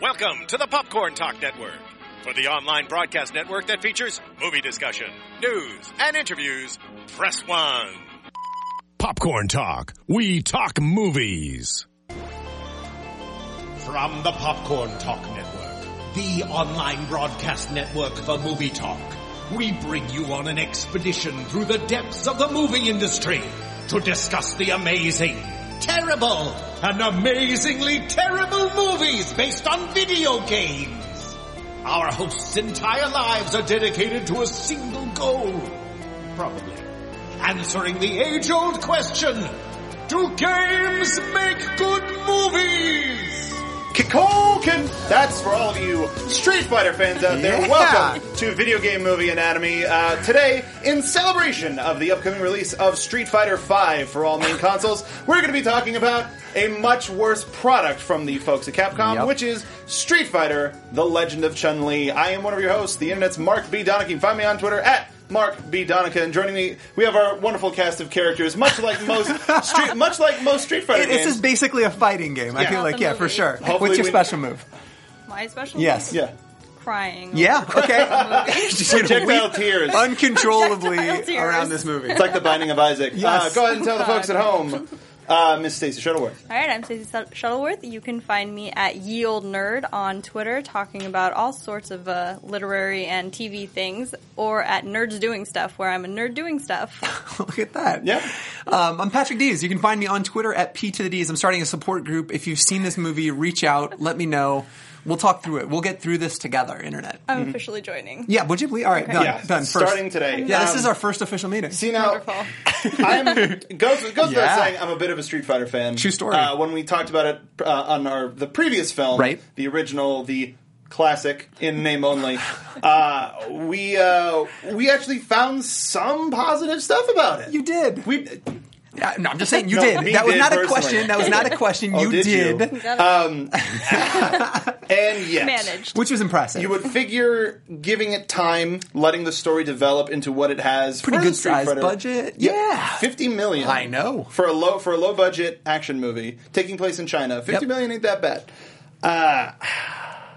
Welcome to the Popcorn Talk Network, for the online broadcast network that features movie discussion, news, and interviews. Press one. Popcorn Talk. We talk movies. From the Popcorn Talk Network, the online broadcast network for movie talk, we bring you on an expedition through the depths of the movie industry to discuss the amazing, terrible, and amazingly terrible movies based on video games. Our hosts' entire lives are dedicated to a single goal. Probably. Answering the age-old question, do games make good movies? Kikoken! That's for all of you Street Fighter fans out there. Yeah. Welcome to Video Game Movie Anatomy. Uh, today, in celebration of the upcoming release of Street Fighter V for all main consoles, we're going to be talking about a much worse product from the folks at Capcom, Yep. which is Street Fighter The Legend of Chun Li. I am one of your hosts, the internet's Mark B. Donica. You can find me on Twitter at Mark B. Donica, and joining me, we have our wonderful cast of characters, much like most street, much like most Street Fighter It- games. this is basically a fighting game. I Yeah. feel like, yeah, for Movie. sure. Hopefully What's your we- special move? My special? Yes. yeah, Crying. Yeah. Okay. She's gonna projectile weep tears. uncontrollably Projectile tears. around this movie. It's like the Binding of Isaac. Yes. Uh, go ahead and tell the folks at home, uh, Miss Stacey Shuttleworth. All right, I'm Stacey Shut- Shuttleworth. You can find me at Ye Old Nerd on Twitter, talking about all sorts of uh, literary and TV things, or at Nerds Doing Stuff, where I'm a nerd doing stuff. Look at that. Yeah. Um, I'm Patrick Dees. You can find me on Twitter at P to the D's. I'm starting a support group. If you've seen this movie, reach out. Let me know. We'll talk through it. We'll get through this together, internet. I'm officially joining. yeah, would you please? All right, done. Yeah, done. First. starting today. Yeah, this Um, is our first official meeting. See now, Wonderful. I'm goes goes without Yeah. saying I'm a bit of a Street Fighter fan. True story. Uh, when we talked about it uh, on our the previous film, Right. The original, the classic in name only. uh, we uh, we actually found some positive stuff about it. you did. We Uh, no, I'm just saying you No, me did. That was did not a personally. question. That was not a question. Oh, you did you? did, Um, and yet Managed. which was impressive. You would figure giving it time, letting the story develop into what it has. Pretty for good the Street size Fighter. budget. Yep, Yeah. fifty million. I know. for a low for a low budget action movie taking place in China. Fifty Yep. million ain't that bad. Uh,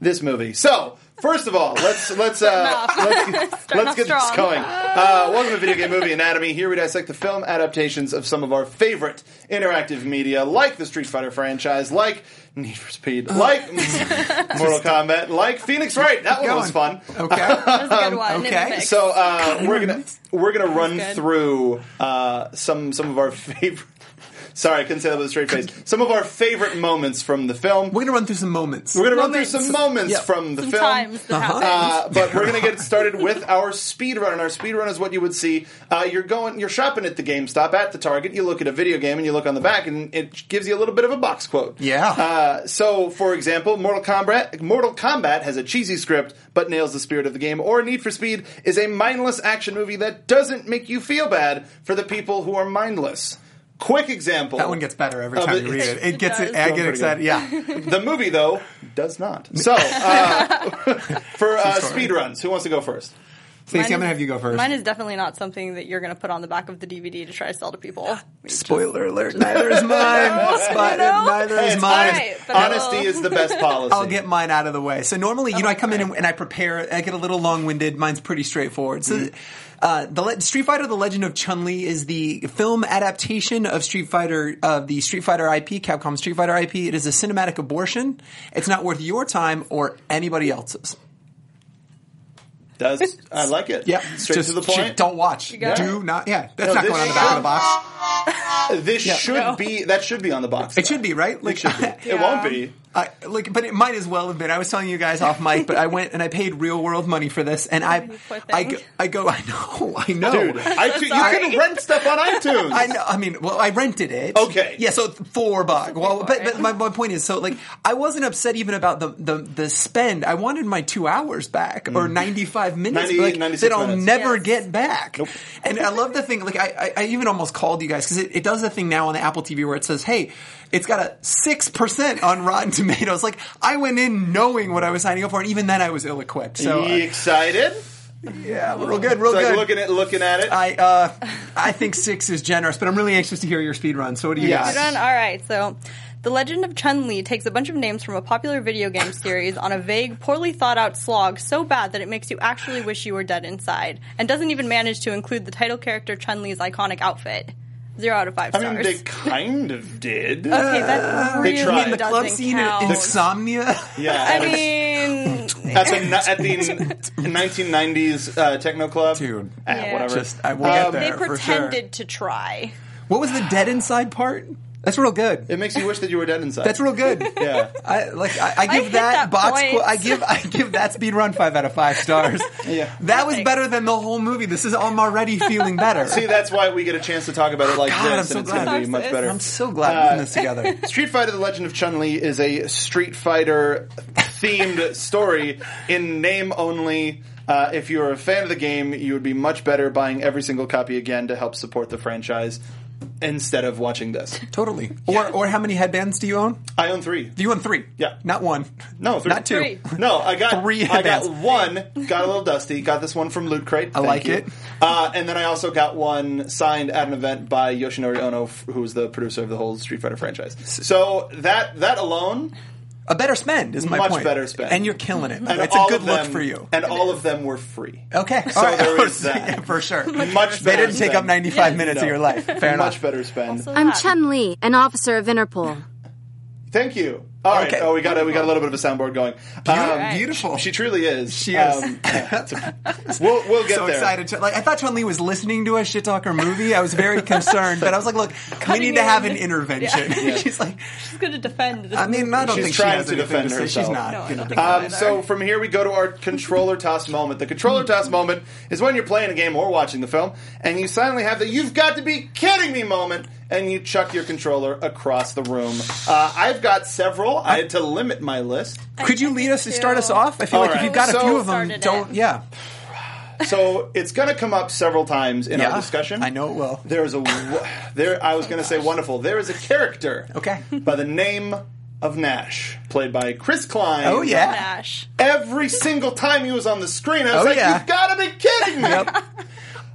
this movie. So first of all, let's let's uh, let's, get- Starting let's off get this strong. going. Uh, welcome to Video Game Movie Anatomy. Here we dissect the film adaptations of some of our favorite interactive media, like the Street Fighter franchise, like Need for Speed, like Mortal Kombat, like Phoenix Wright. That one was fun. Okay. That was a good one. in um, the okay. mix. So uh, we're gonna we're gonna run good. through uh, some some of our favorite. Sorry, I couldn't say that with a straight face. Some of our favorite moments from the film. We're gonna run through some moments. We're gonna run through Moments. some moments Yeah. from the film. Sometimes that Uh-huh. happens. Uh, but we're gonna get started with our speed run, and our speed run is what you would see. Uh, you're going, you're shopping at the GameStop at the Target. You look at a video game, and you look on the back, and it gives you a little bit of a box quote. Yeah. Uh, so, for example, Mortal Kombat, Mortal Kombat has a cheesy script but nails the spirit of the game. Or Need for Speed is a mindless action movie that doesn't make you feel bad for the people who are mindless. Quick example. That one gets better every Uh, time but you read it. It It gets it. does. I Doing get pretty excited. Yeah. The movie, though, does not. So, uh, for uh, speedruns, who wants to go first? Stacey, I'm Mine gonna is- have you go first. Mine is definitely not something that you're going to put on the back of the DVD to try to sell to people. Spoiler alert. Neither is mine. Spot- No. Neither is It's mine. all right. but I will- Honesty is the best policy. I'll get mine out of the way. So normally, you know, I come in and, and I prepare. I get a little long-winded. Mine's pretty straightforward. So, Mm-hmm. uh, the Le- Street Fighter: The Legend of Chun Li is the film adaptation of Street Fighter of the Street Fighter IP, Capcom Street Fighter IP. It is a cinematic abortion. It's not worth your time or anybody else's. Does I like it? Yep, straight Just to the sh- point. Don't watch. got Do it. not. Yeah, that's No, not this going on the back should- of the box. This should No. be that should be on the box. It should be right. Like, It should be. It Yeah. won't be. I, like, but it might as well have been. I was telling you guys off mic, but I went and I paid real world money for this, and I, you poor I, thing. go, I go, I know, I know, Dude, I, you can Sorry. rent stuff on iTunes. I know. I mean, well, I rented it. Okay. Yeah, so four bucks. Well, but, but my, my point is, so like, I wasn't upset even about the the, the spend. I wanted my two hours back or ninety five minutes 90, like, 96 that I'll Mm. minutes. never Yes. get back. And I love the thing. Like, I I, I even almost called you guys because it, it does the thing now on the Apple TV where it says, hey. It's got a six percent on Rotten Tomatoes. Like I went in knowing what I was signing up for, and even then I was ill-equipped. So you uh, excited? yeah, real good, real It's like good. looking at looking at it. I uh, I think six is generous, but I'm really anxious to hear your speed run. So what do you Yeah. got? Speed Good one. All right. So, The Legend of Chun Li takes a bunch of names from a popular video game series on a vague, poorly thought out slog so bad that it makes you actually wish you were dead inside, and doesn't even manage to include the title character Chun Li's iconic outfit. Zero out of five I stars. mean, they kind of did. okay, Uh, that really tried. doesn't The Club scene, count. insomnia. yeah, I at its- mean, at the, at the 1990s uh, techno club, Dude. Ah, Yeah. whatever. Um, Just I will get they there for sure. pretended to try. What was the dead inside part? That's real good. it makes you wish that you were dead inside. That's real good. Yeah, I like I, I give hit that, that box. point. qu- I give I give that speed run five out of five stars. Yeah. that was Perfect. better than the whole movie. This is I'm already feeling better. see, that's why we get a chance to talk about it like God, I'm this, so and it's glad. going to be I'm much so- better. I'm so glad we're Uh, in this together. Street Fighter: The Legend of Chun Li is a Street Fighter themed story in name only. Uh, if you're a fan of the game, you would be much better buying every single copy again to help support the franchise instead of watching this. Totally. Or or how many headbands do you own? I own three. Do you own three? Yeah. Not one. No, three. Not two. Three. No, I got Three I got headbands. one. Got a little dusty. Got this one from Loot Crate. Thank like you. it. Uh, and then I also got one signed at an event by Yoshinori Ono, f- who is the producer of the whole Street Fighter franchise. So that that alone, A better spend is my Much point. better spend. And you're killing it. and it's a all good of look them- for you. And all of them were free. Okay. So All right. there is that. Yeah, for sure. Much They better didn't take spend. up 95 No. minutes of your life. Fair enough. Much better spend. So I'm that- Chun Li, an officer of Interpol. Thank you. All right. Okay. Oh, we got a, we got a little bit of a soundboard going. Beautiful. Um, Beautiful. She truly is. Um, She is. yeah, it's a- we'll we'll get so there. excited. To, like I thought Chun Li was listening to a shit talker movie. I was very concerned, but I was like, look, we need to in. have an intervention. She's like, She's going to defend this. I mean, I don't She's think trying she has to anything defend to say. herself. She's not. No, I gonna don't think defend so. Um, so from here we go to our controller toss moment. The controller toss moment is when you're playing a game or watching the film, and you suddenly have the "You've got to be kidding me" moment, and you chuck your controller across the room. Uh, I've got several. I had to limit my list. Could you I lead do us to start us too. off? I feel like All if you've right, got a so- few of them, Started don't. it. Yeah. So it's going to come up several times in Yeah, our discussion. I know it will. Oh There is a wo- there. I was going to say wonderful. There is a character. Okay. By the name of Nash, played by Chris Klein. Oh yeah. Nash. Every single time he was on the screen, I was Oh, like, yeah. "You've got to be kidding me!" Yep.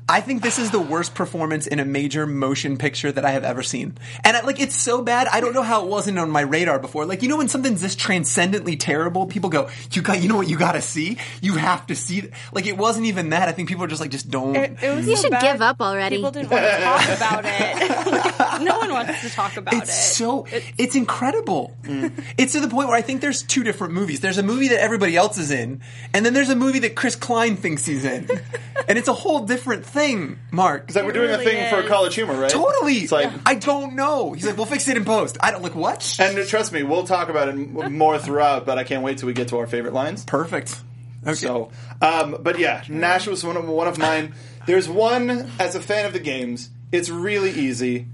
I think this is the worst performance in a major motion picture that I have ever seen. And I, like, it's so bad. I don't know how it wasn't on my radar before. Like, you know, when something's this transcendently terrible, people go, "You got, you know what? You got to see. You have to see." th-" Like, it wasn't even that. I think people are just like, just don't. It, it was You so should bad, give up already. People didn't want to talk about it. Like, no one wants to talk about it's it. Mm. so it's, incredible. It's to the point where I think there's two different movies. There's a movie that everybody else is in, and then there's a movie that Chris Klein thinks he's in, and it's a whole different thing. Mark, It's like we're It doing a really thing for is. college humor, right? Totally. It's like, I don't know. He's like, we'll fix it in post. I don't like what? and trust me, we'll talk about it m- more throughout. But I can't wait till we get to our favorite lines. Perfect. Okay. So, um, but yeah, Nash was one of one of mine. There's one as a fan of the games. It's really easy,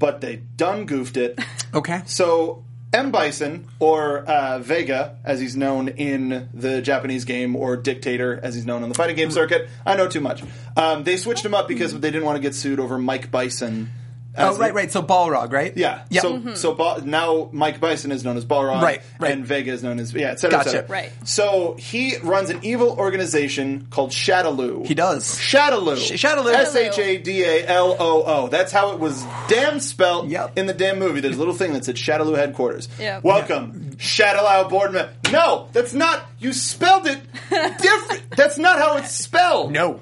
but they done goofed it. okay. So M Bison or uh, Vega, as he's known in the Japanese game, or Dictator, as he's known on the fighting game circuit. I know too much. Um, they switched him up because they didn't want to get sued over Mike Bison. Oh as right, the- right. So Balrog, right? Yeah. Yeah. Mm-hmm. So so ba- now Mike Bison is known as Balrog, Right, right. and Vega is known as yeah, et cetera, et Gotcha. cetera. Right. So he runs an evil organization called Shadaloo. He does. Shadaloo. Sh- Shadaloo. S H A D A L O O. That's how it was damn spelt Yep. in the damn movie. There's a little thing that said Shadaloo headquarters. Yep. Welcome, Shadaloo board member. No, that's not. You spelled it different. that's not how it's spelled. No.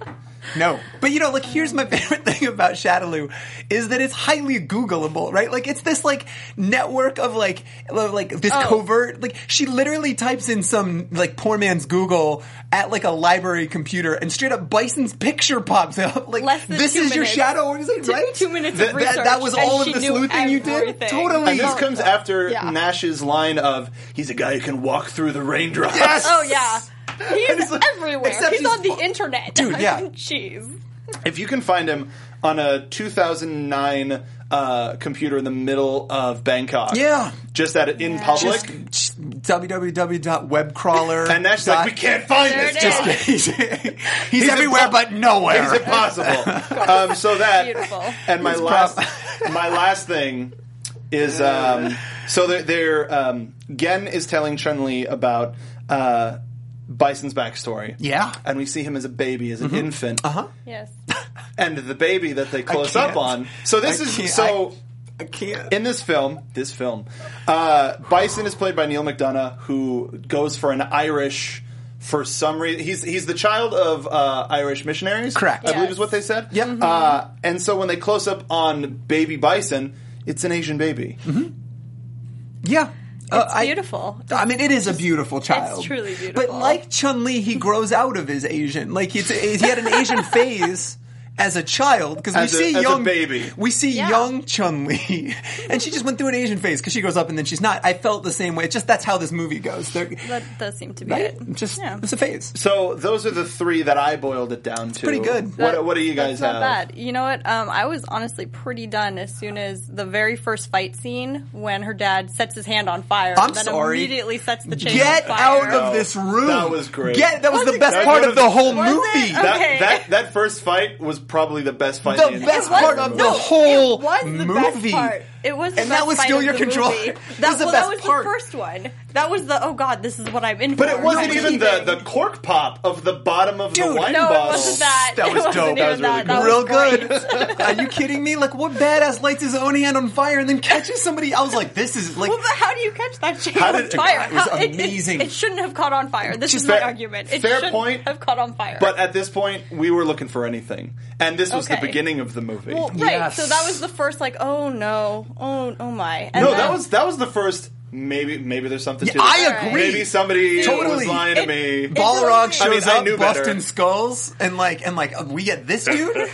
No. But you know, like here's my favorite thing about Shadaloo is that it's highly googleable, right? Like it's this like network of like lo- like this Oh. covert like she literally types in some like poor man's Google at like a library computer and straight up Bison's picture pops up. Like Less than this two is your minutes. shadow and he's like, Two- right? two minutes that, of that- That research, was and all of she this knew sleuthing you did? everything. Totally. And this comes after Yeah. Nash's line of "He's a guy who can walk through the raindrops." Oh yeah, he's it's like- everywhere. except He's, he's on the fu- internet, Dude, yeah. Jeez. If you can find him on a 2009 uh, computer in the middle of Bangkok, Yeah. just at in public, Just www.webcrawler. and Nash's like, "We can't find There this." it Just is. he's, He's everywhere impo- but nowhere. It's impossible. um, so that Beautiful. and my last my last thing is um, so they're, they're um, Gen is telling Chun Li about uh, Bison's backstory. Yeah. Mm-hmm. Uh-huh. and we see him as a baby, as an infant. Uh huh. Yes. and the baby that they close can't. up on. So this I is can't- so I can't. in this film, this film, uh, Bison is played by Neil McDonough, who goes for an Irish. For some reason, he's he's the child of uh, Irish missionaries. Correct. I believe Yes. is what they said. Yep. Mhm. Uh, and so when they close up on baby Bison, it's an Asian baby. Mm-hmm. yeah. Uh, It's I- beautiful. I mean, it is a beautiful child. truly But beautiful. like Chun Li, he grows out of his Asian. Like it's, he had an Asian phase as a child because we As a- see as a young baby. We see Yeah. young Chun Li, and she just went through an Asian phase because she grows up and then she's not. I felt the same way. It's just that's how this movie goes. They're, That does seem to be right? it. Just yeah. it's a phase. So those are the three that I boiled it down to. pretty good. What, That- what do you guys that's not have? Bad. You know what? Um, I was honestly pretty done as soon as the very first fight scene when her dad sets his hand on fire. I'm and then sorry. Immediately sets the chain Get on fire. out of this room. That was great. Get that was, Was the it best great? part That of the whole was it? movie. Okay. That, that that first fight was probably the best fight. in The the best entire part of movie. the whole it was the movie. Best part. It was, the and best that was fight still of your the control. movie. It was That the best well, that was part. the first one. That was the oh god, this is what I'm in But for. it wasn't kind of even the, thing. the cork pop of the bottom of the Dude, wine No, bottle. it wasn't that. That It was wasn't dope. even was really That that. That real was great. good. Are you kidding me? Like, what badass lights his own hand on fire and then catches somebody? I was like, this is like. Well, but how do you catch that chain How on did- fire? It was How- amazing. It, shouldn't have caught on fire. This is Fair- my argument. It fair shouldn't point, have caught on fire. But at this point, we were looking for anything, and this was the Okay. beginning of the movie. Well, right. Yes. So that was the first, like, oh no, oh oh my. And no, then- that was that was the first. Maybe maybe there's something to Yeah, I this. agree. Maybe somebody was Totally. lying to It- me. it- Balrog I mean, shows I up, knew better. busting skulls, and like, and like, uh, we get this dude.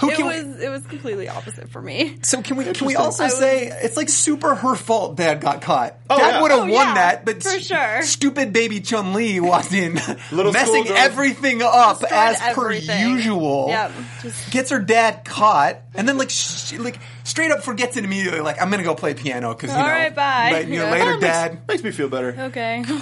Who It can? was it was completely opposite for me. so can we? Can we Interesting. also I was- say it's like super her fault? Dad got caught. Dad yeah. would have Oh, won yeah, that, but for st- sure. stupid baby Chun Li walked in, Little messing schoolgirl. everything up Destroyed as per everything. usual. Yep. Just- gets her dad caught, and then like she, like straight up forgets it immediately. Like I'm gonna go play piano because you All know, right, bye. like, you know, Yeah. later, That dad. Makes me feel better. Okay.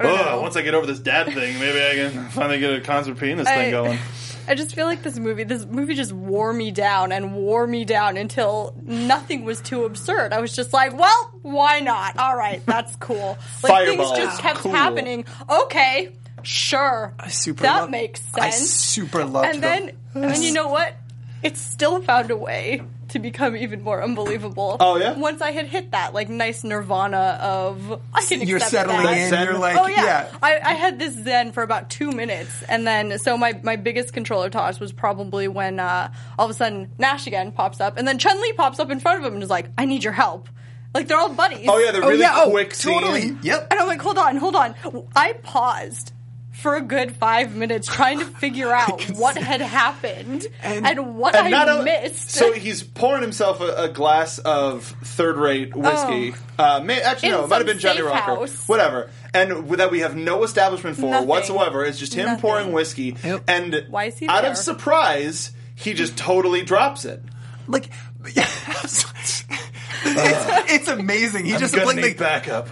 Ugh, once I get over this dad thing, maybe I can finally get a concert penis I- thing going. I just feel like this movie, this movie just wore me down and wore me down until nothing was too absurd. I was just like, well, why not? All right, that's cool. Like Fireballs. things Ah, just kept Cool. happening. Okay, sure. I super that love- makes sense. I super loved And then, and then you know what? It still found a way to become even more unbelievable. Oh, yeah? Once I had hit that like nice nirvana of I can You're accept settling that. in. Zen. You're like, Oh yeah, yeah. I, I had this Zen for about two minutes, and then so my, my biggest controller toss was probably when uh, all of a sudden Nash again pops up, and then Chun Li pops up in front of him and is like, "I need your help." Like they're all buddies. Oh yeah, the Oh, really yeah, oh, quick scene. totally. Yep. And I'm like, hold on, hold on. I paused for a good five minutes trying to figure out what had happened and, what And I not only- missed. So he's pouring himself a, a glass of third-rate whiskey. Uh, may, actually, Oh. In no, it might have been some Johnny safe Rocker, house. whatever. And w- that we have no establishment for Nothing. whatsoever. It's just him Nothing. pouring whiskey, Yep. and Why is he out there? of surprise, he just totally drops it. Like, it's, Uh, it's amazing. He just like, like backup.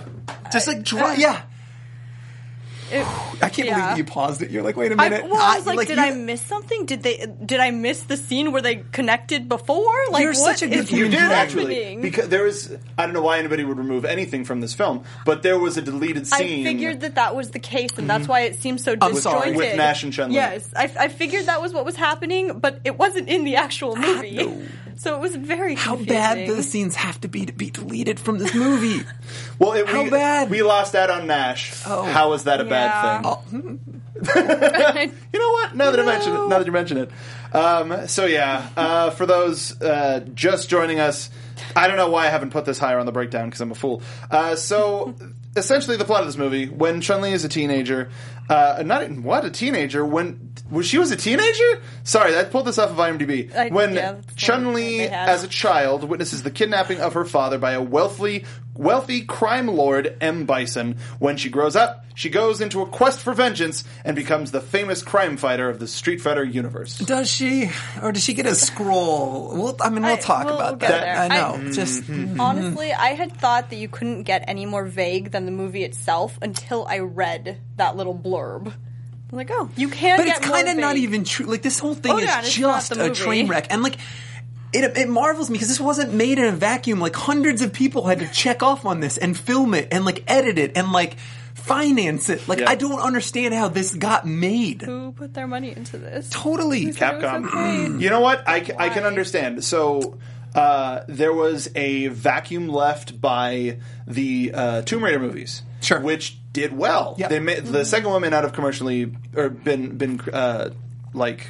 just like dry, yeah. It- I can't believe yeah. that you paused it. You're like, wait a I, minute. well, I was like, did you- I miss something? Did they? Did I miss the scene where they connected before? Like, You're what such a good is You You did, did actually happening? because there was. I don't know why anybody would remove anything from this film, but there was a deleted I scene. figured that that was the case, and that's why it seems so Mm-hmm. I'm disjointed. sorry. With Nash and Chun-Li. Yes, I, I figured that was what was happening, but it wasn't in the actual movie. So it was very Ah, How confusing. bad do the scenes have to be to be deleted from this movie? well, it, How we, bad? we lost out on Nash. Oh. How is that a Yeah. bad thing? You know what? Now that I mention it, now that you mention it. Um, so yeah, uh, for those uh, just joining us, I don't know why I haven't put this higher on the breakdown because I'm a fool. Uh, so essentially, the plot of this movie: when Chun Li is a teenager, uh, not what a teenager when. Was she was a teenager? Sorry, I pulled this off of IMDb. I- when yeah, that's what Chun Li, they had. as a child, witnesses the kidnapping of her father by a wealthy, wealthy crime lord M. Bison. When she grows up, she goes into a quest for vengeance and becomes the famous crime fighter of the Street Fighter universe. Does she, or does she get a scroll? Well, I mean, we'll I- talk we'll about get that. there. I know. I- just Honestly, I had thought that you couldn't get any more vague than the movie itself until I read that little blurb. I'm like, oh, you can. but get it's more kind of not vague. even true. Like this whole thing Oh, is yeah, and it's not just a the train movie. wreck, and like it, it marvels me because this wasn't made in a vacuum. Like hundreds of people had to check off on this and film it and like edit it and like finance it. Like Yeah. I don't understand how this got made. Who put their money into this? Totally. Who said it was Capcom. Mm. okay? You know what? I, ca- I can understand. So uh, there was a vacuum left by the uh, Tomb Raider movies, Sure. which did well. Yep. They made Mm-hmm. the second one may not have commercially or been been uh, like.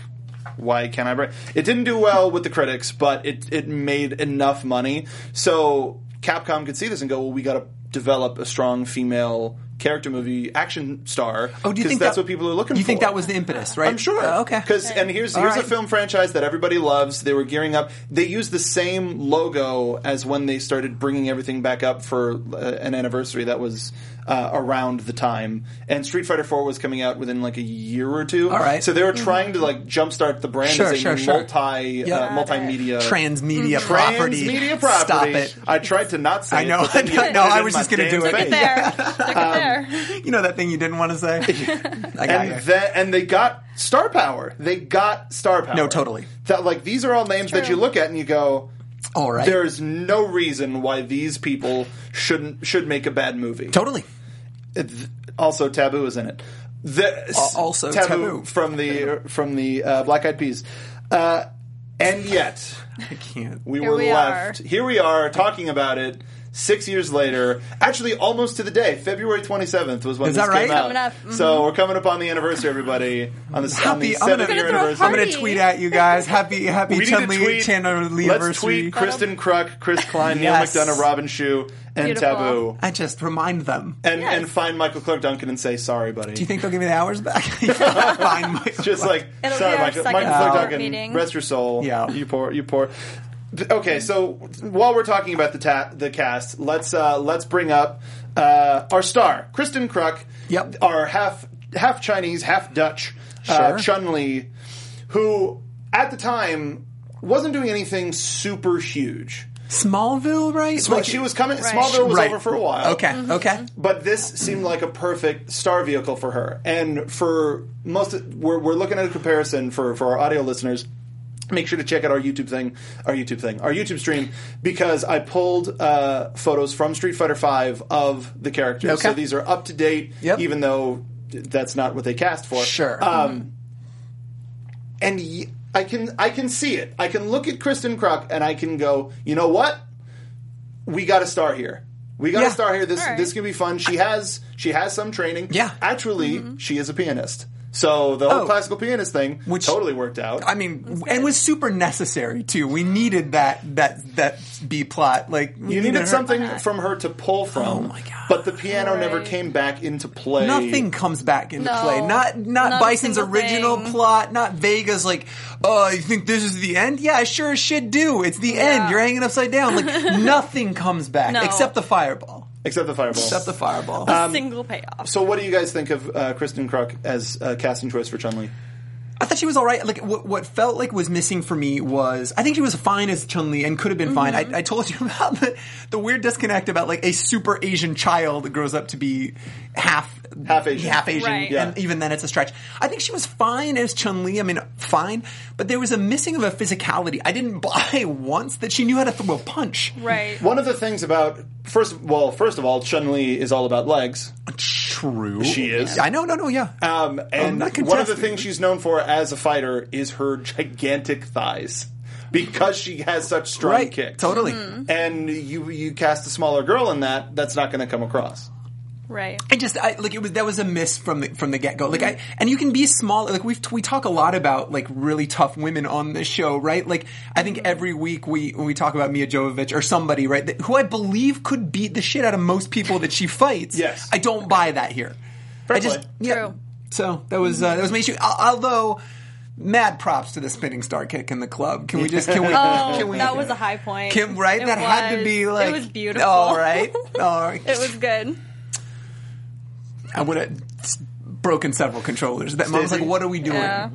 Why can't I bring? It didn't do well with the critics, but it it made enough money, so Capcom could see this and go, "Well, we got to develop a strong female character movie action star." Oh, do you 'cause think that's that- what people are looking for? You think that was the impetus, right? I'm sure. Uh, okay. Because and here's All here's right. a film franchise that everybody loves. They were gearing up. They used the same logo as when they started bringing everything back up for uh, an anniversary that was uh, around the time. And Street Fighter Four was coming out within like a year or two. All right. Mm-hmm. So they were trying to like jumpstart the brand Sure, as a sure, sure. multi Yeah. uh, multimedia Transmedia property. transmedia property. Stop it. I tried to not say. I know. It, but then you No, put it I in was my just gonna damn do it. Stick face. it there. Stick Um, it there. You know that thing you didn't want to say? I got you. and then and they got star power. They got star power. No, totally. That like these are all names that you look at and you go, All right. there's no reason why these people shouldn't should make a bad movie. totally. It- also, Taboo is in it. The, Al- also Taboo. from the from the uh, Black Eyed Peas, uh, and yet I can't. we Here were we left. are. Here we are talking about it. Six years later, actually, almost to the day, February 27th was when Is this that right? came out. Coming up, mhm. So we're coming up on the anniversary, everybody. On the, on the Happy- I'm gonna- seven We're year gonna throw a anniversary, I'm going Party. to tweet at you guys. Happy, happy we need to Chumley tweet. Chandler Let's tweet Kristen Kruk, Chris Klein, Neil Yes. McDonough, Robin Shu, and Beautiful. Taboo, I just remind them. and Yes. and find Michael Clark Duncan and say sorry, buddy. Do you think they'll give me the hours back? Fine, Michael. Just like It'll sorry, be our Michael, second Michael Clark board Duncan, meeting. rest your soul. Yeah. you poor, you poor. Th- Okay, so while we're talking about the ta- the cast, let's uh, let's bring up uh, our star, Kristen Kruk. Yep. our half half Chinese, half Dutch Sure. uh, Chun Li, who at the time wasn't doing anything super huge. Smallville, right? Well, Like- she was coming. Right. Mm-hmm. Smallville was Right. over for a while. Okay, okay. But this seemed like a perfect star vehicle for her. And for most, we're, we're looking at a comparison for, for our audio listeners. Make sure to check out our YouTube thing, our YouTube thing, our YouTube stream, because I pulled uh, photos from Street Fighter V of the characters. Okay. So these are up to date, Yep. even though that's not what they cast for. Sure. Mm-hmm. Um, and y- I can I can see it. I can look at Kristen Kruk and I can go, you know what? We got a star here. We got Yeah. a star here. This All right. this can be fun. She has she has some training. Yeah. actually, she is a pianist. So the whole Oh. classical pianist thing Which- totally worked out. I mean, and was super necessary too. We needed that that that B plot. Like we you needed her- something from her to pull from. Oh my God. But the piano never Right. came back into play. Nothing comes back into No. play. Not not, Not a Bison's single original thing. plot. Not Vega's like, oh, you think this is the end? Yeah, sure as shit do. It's the end. You're hanging upside down. Like nothing comes back No. except the fireball. except the fireball. Except the fireball. Single payoff. so, what do you guys think of uh, Kristen Kruk as a casting choice for Chun Li? I thought she was all right. Like what, what felt like was missing for me was I think she was fine as Chun Li and could have been fine. Mm-hmm. I, I told you about the, the weird disconnect about like a super Asian child that grows up to be half Half Asian. half Asian, Right. and even then it's a stretch. I think she was fine as Chun Li. I mean, fine, but there was a missing of a physicality. I didn't buy once that she knew how to throw a punch. Right. One of the things about first, well, first of all, Chun Li is all about legs, True, She is. I know, no, no, yeah. um, and not one of the contesting. things she's known for as a fighter is her gigantic thighs because she has such strong right, kicks. Mm-hmm. totally. Mm-hmm. And you you cast a smaller girl in that, that's not going to come across. Right. I just I, like it was that was a miss from the from the get go. Like I and you can be small. Like we we talk a lot about like really tough women on this show, right? Like I think Mm-hmm. every week we when we talk about Mia Jovovich or somebody, right, that, who I believe could beat the shit out of most people that she fights. Yes. I don't buy that here. I just play. yeah. True. So that was uh, that was my issue. Al- Although. Mad props to the spinning star kick in the club. Can we just can we Oh, can we that was a high point. Kim, right? It that had to was. be like it was beautiful. All right, all right. it was good. I would have broken several controllers. That mom's Stacey? like, what are we doing? Yeah.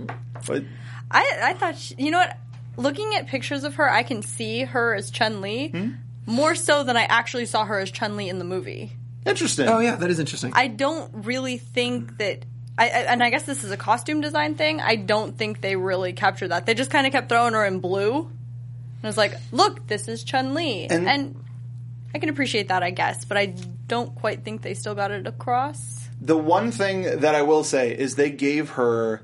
But I I thought she, you know what? Looking at pictures of her, I can see her as Chun Li Hmm? more so than I actually saw her as Chun Li in the movie. interesting. Oh yeah, that is interesting. I don't really think that. I, I, and I guess this is a costume design thing. I don't think they really captured that. They just kind of kept throwing her in blue, and I was like, "Look, this is Chun Li," And- and, I can appreciate that, I guess, but I don't quite think they still got it across. The one thing that I will say is they gave her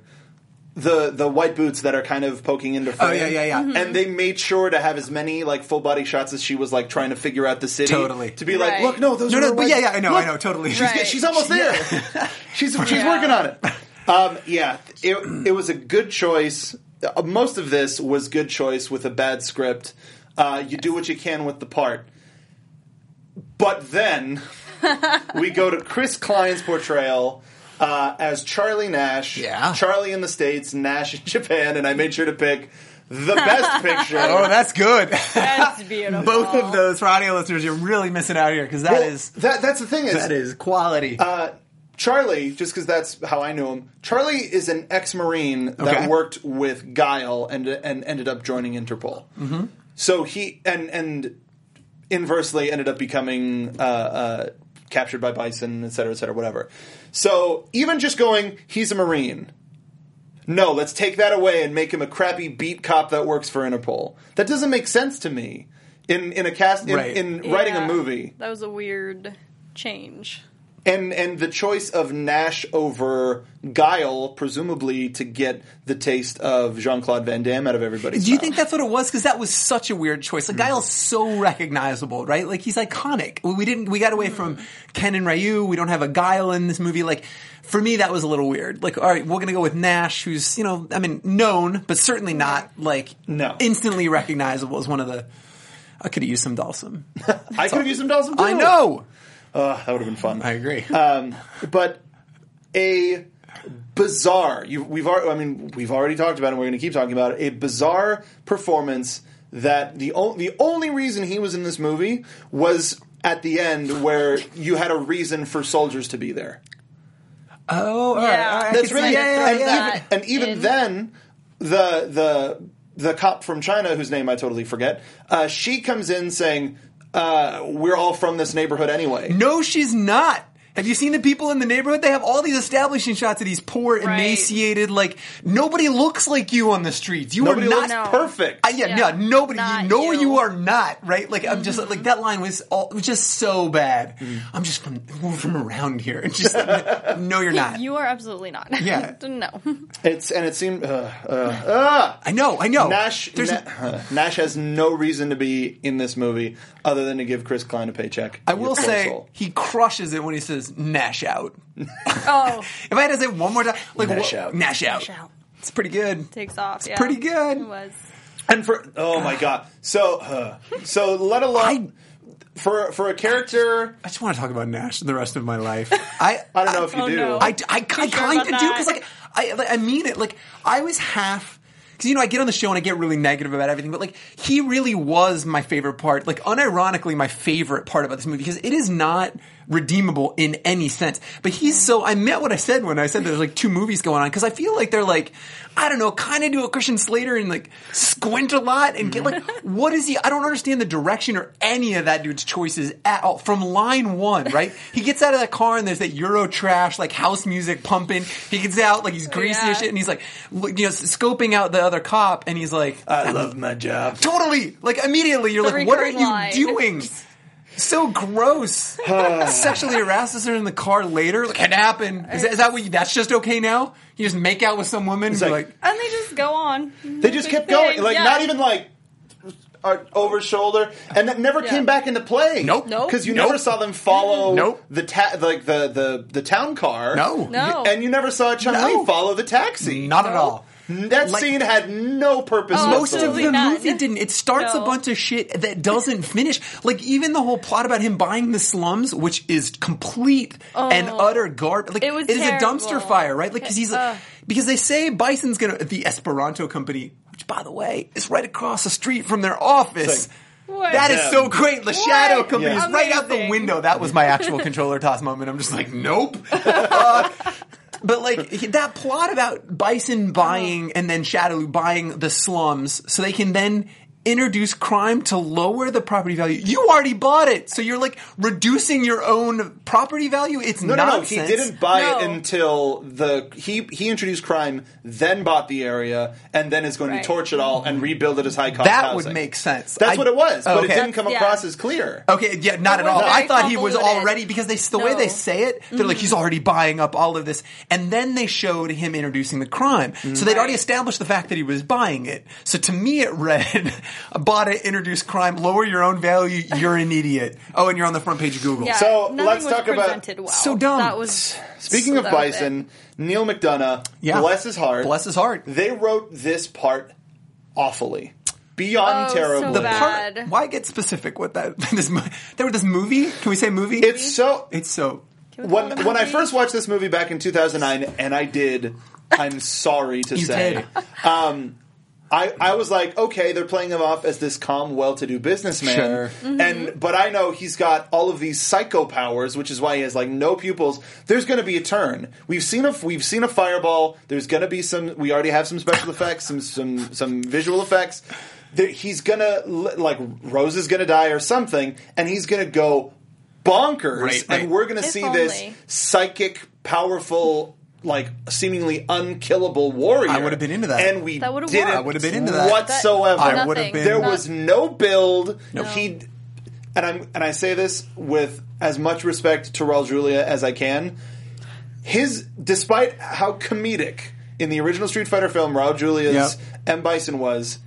the the white boots that are kind of poking into frame. Oh, yeah, yeah, yeah. And they made sure to have as many like full body shots as she was like trying to figure out the city. Totally. To be like, Right. look, no, those No, are no, her but white- yeah, yeah, I know, look, I know, totally. She's, Right. she's almost there. she's she's working on it. Um, yeah, it it was a good choice. Uh, most of this was good choice with a bad script. Uh, you do what you can with the part, but then we go to Chris Klein's portrayal uh, as Charlie Nash. Yeah. Charlie in the States, Nash in Japan, and I made sure to pick the best picture. Oh, that's good. That's beautiful. Both of those for audio listeners, you're really missing out here because that Well, is Uh, that, that's the thing is, that is quality. Uh, Charlie, just because that's how I knew him. Charlie is an ex-marine Okay. that worked with Guile and and ended up joining Interpol. Mm-hmm. So he and and inversely ended up becoming uh, uh, captured by Bison, et cetera, et cetera, whatever. So even just going, he's a marine. No, let's take that away and make him a crappy beat cop that works for Interpol. That doesn't make sense to me in in a cast in, Right. in writing a Yeah. movie That was a weird change. and and the choice of Nash over Guile, presumably to get the taste of Jean Claude Van Damme out of everybody. Do you think that's what it was? Because that was such a weird choice. Like Mm-hmm. Guile's so recognizable, right? Like he's iconic. We- We didn't. We got away from Mm-hmm. Ken and Ryu. We don't have a Guile in this movie. Like for me, that was a little weird. Like all right, we're gonna go with Nash, who's you know, I mean, known, but certainly not like No. instantly recognizable as one of the. I could have used some Dalsum. I Uh, could have used some Dawson too? I know. Ugh, that would have been fun. I agree. but a bizarre. You, we've already. I mean, we've already talked about it. and We're going to keep talking about it. A bizarre performance that the o- the only reason he was in this movie was at the end where you had a reason for soldiers to be there. oh, all right. Yeah. all right, I That's can really see- yeah, yeah, and, yeah, yeah. that Even, and even in- then, the the the cop from China, whose name I totally forget, uh, she comes in saying, uh, "We're all from this neighborhood anyway." No, she's not. Have you seen the people in the neighborhood? They have all these establishing shots of these poor, Right. emaciated, like nobody looks like you on the streets. You Nobody are not looks perfect. I- yeah, Yeah. no, nobody. Not you know you. you. Mm-hmm. are not right. Like I'm just like that line was all was just so bad. Mm-hmm. I'm just from we're from around here. It's just like, no, you're not. You are absolutely not. Yeah. no. it's and it seemed uh, uh, I know. I know. Nash Oh, There's. Na- uh, Nash has no reason to be in this movie other than to give Chris Klein a paycheck. I You poor will say soul. he crushes it when he says Nash out. Oh, If I had to say it one more time, like Nash wha- out. Nash out. out. It's pretty good. takes off. It's yeah. pretty good. It was. and for oh my god, so uh, so let alone for for a character. I just want to talk about Nash the rest of my life. I I don't know if you Oh, do. no. I, I, kind sure of about do that? because like I like, I mean it. Like I was half because you know I get on the show and I get really negative about everything, but like he really was my favorite part. Like unironically, my favorite part about this movie because it is not redeemable in any sense. But he's so I meant what I said when I said there's like two movies going on because I feel like they're like I don't know, kind of do a Christian Slater and like squint a lot and get like what is he? I don't understand the direction or any of that dude's choices at all. From line one, right? He gets out of that car and there's that Euro trash, like house music pumping. He gets out, like he's greasy Yeah. as shit, and he's like, look- you know, scoping out the other cop, and he's like, uh, I love my job. totally, like immediately, you're The like, what are recurring you line. doing? So gross. Sexually harasses her in the car later. Like, can happen. Is that, is that what? You, that's just okay now. You just make out with some woman. and be like- like And they just go on. They just kept going, like not even like uh, over shoulder, and that never Yeah. came back into play. Nope. Nope. because you Nope. never saw them follow Nope. the ta- like the, the the town car. No. No. and you never saw Chun Li No. follow the taxi. Not at all. That Like- scene had no purpose. Oh, Most of whatsoever. Absolutely the not. movie didn't. It starts a No. bunch of shit that doesn't finish. Like even the whole plot about him buying the slums, which is complete and utter garbage. Like Oh, It was is a terrible. dumpster fire, right? Like because he's like, because they say Bison's gonna the Esperanto company, which by the way is right across the street from their office. It's What? That is Yeah. so great. The shadow company Yeah. is right out the Amazing. window. That was my actual controller toss moment. I'm just like, nope. Uh, but like he- that plot about Bison buying and then Shadowloo buying the slums so they can then introduce crime to lower the property value. You already bought it, so you're like reducing your own property value. It's No, nonsense. no, no. He didn't buy it No. until the he he introduced crime, then bought the area, and then is going Right. to torch it all and rebuild it as high cost. That housing. would make sense. That's I- what it was, but Okay. it didn't come Yeah. across as clear. Okay, yeah, not at It was all. very I thought he was convoluted. already because they the way No. Mm-hmm. they say it, they're like he's already buying up all of this, and then they showed him introducing the crime. So they'd already Right. established the fact that he was buying it. So to me, it read, "Bought it, introduce crime, lower your own value. You're an idiot." Oh, and you're on the front page of Google. Yeah, So, nothing let's was talk about- presented well. So dumb. That was Speaking so of that was it. Bison, Neil McDonough, Yeah. bless his heart, Bless his heart. They wrote this part awfully, beyond Oh, so terrible. The bad. part. Why get specific with that? This mo- there was this movie. Can we say movie? It's so it's so. call it when a when I movie? first watched this movie back in 2009, and I did. I'm sorry to You say, um, did. I, I was like, okay, they're playing him off as this calm, well-to-do businessman, Sure. Mm-hmm. and but I know he's got all of these psycho powers, which is why he has like no pupils. There's going to be a turn. We've seen a we've seen a fireball. There's going to be some. We already have some special effects, some some some visual effects. There, he's gonna li- like Rose is gonna die or something, and he's gonna go bonkers, Right, right. and we're gonna If see this only. psychic, powerful. Like seemingly unkillable warrior. I would've been into that. and we That would've didn't. worked. I would've been into that. whatsoever. I would have been. There Not- was no build. No. He and I'm and I say this with as much respect to Raul Julia as I can. His despite how comedic in the original Street Fighter film Raul Julia's Yep. M Bison was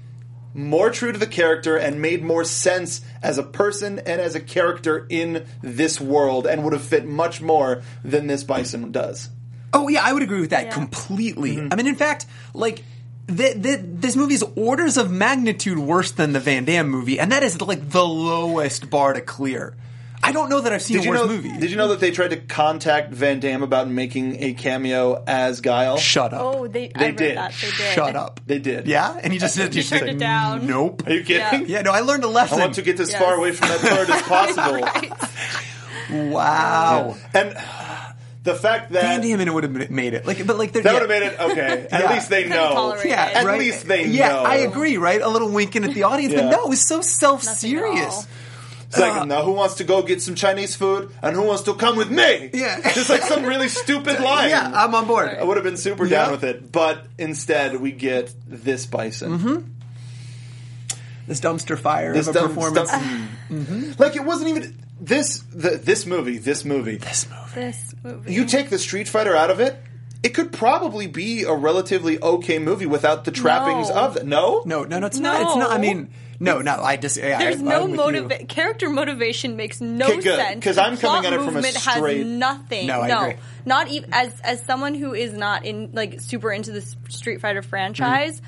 more true to the character and made more sense as a person and as a character in this world and would have fit much more than this Bison does. Oh yeah, I would agree with that Yeah. completely. Mm-hmm. I mean, in fact, like th- th- this movie is orders of magnitude worse than the Van Damme movie, and that is like the lowest bar to clear. I don't know that I've seen Did a you worse know? movie. Did you know that they tried to contact Van Damme about making a cameo as Guile? Shut up. Oh, they, I They read did. That. They did. Shut up. They did. Yeah, and he just said you turned it down. Nope. Are you kidding? Yeah, no, I learned a lesson. I want to get as Yes. far away from that bird as possible. Right. wow. And the fact Van that Damme and it would have made it. Like, but like they're- that yeah. would have made it okay. At Yeah. least they Couldn't know. tolerate Yeah, it. At right. least they Yeah, know. I agree. Right, a little winking at the audience, but Yeah. no, it was so Nothing at all. self-serious. It's like, now who wants to go get some Chinese food and who wants to come with me? Yeah. Just like some really stupid line. Yeah, I'm on board. I would have been super Yeah. down with it. But instead, we get this bison. This dumpster fire This Mm-hmm. of a dumb- performance. Mm-hmm. dumb- Like, it wasn't even. This, the, this movie, this movie. This movie. This movie. you take the Street Fighter out of it, it could probably be a relatively okay movie without the trappings No. of it. No, No, no, no, it's not. It's not. I No. mean, no, no. I just yeah, There's I, no I'm with motiva- you. character motivation makes no 'Kay, good, sense 'cause I'm The plot coming at it from a movement straight- has nothing. No, I agree. not even as as someone who is not in like super into the S- Street Fighter franchise.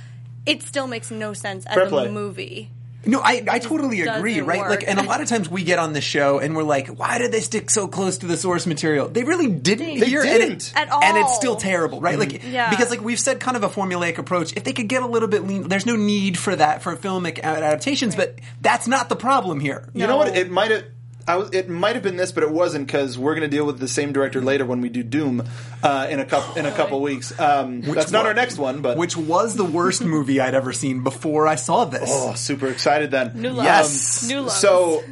It still makes no sense as Mm-hmm. Fair a play. movie. No, I, I totally doesn't agree. Right? work. Like, and a lot of times we get on the show and we're like, why did they stick so close to the source material? They really didn't. They here, And didn't. it, At all. Mm-hmm. and it's still terrible, right? Like, Yeah. because like we've said, kind of a formulaic approach. If they could get a little bit lean, there's no need for that for filmic ad- adaptations. But that's not the problem here. you know what? It might have. I was, it might have been this, but it wasn't because we're going to deal with the same director later when we do Doom uh, in a couple in a couple weeks. Um, that's not wa- our next one, but Which was the worst movie I'd ever seen before I saw this. oh, super excited then. Um, New love. Yes. New love. So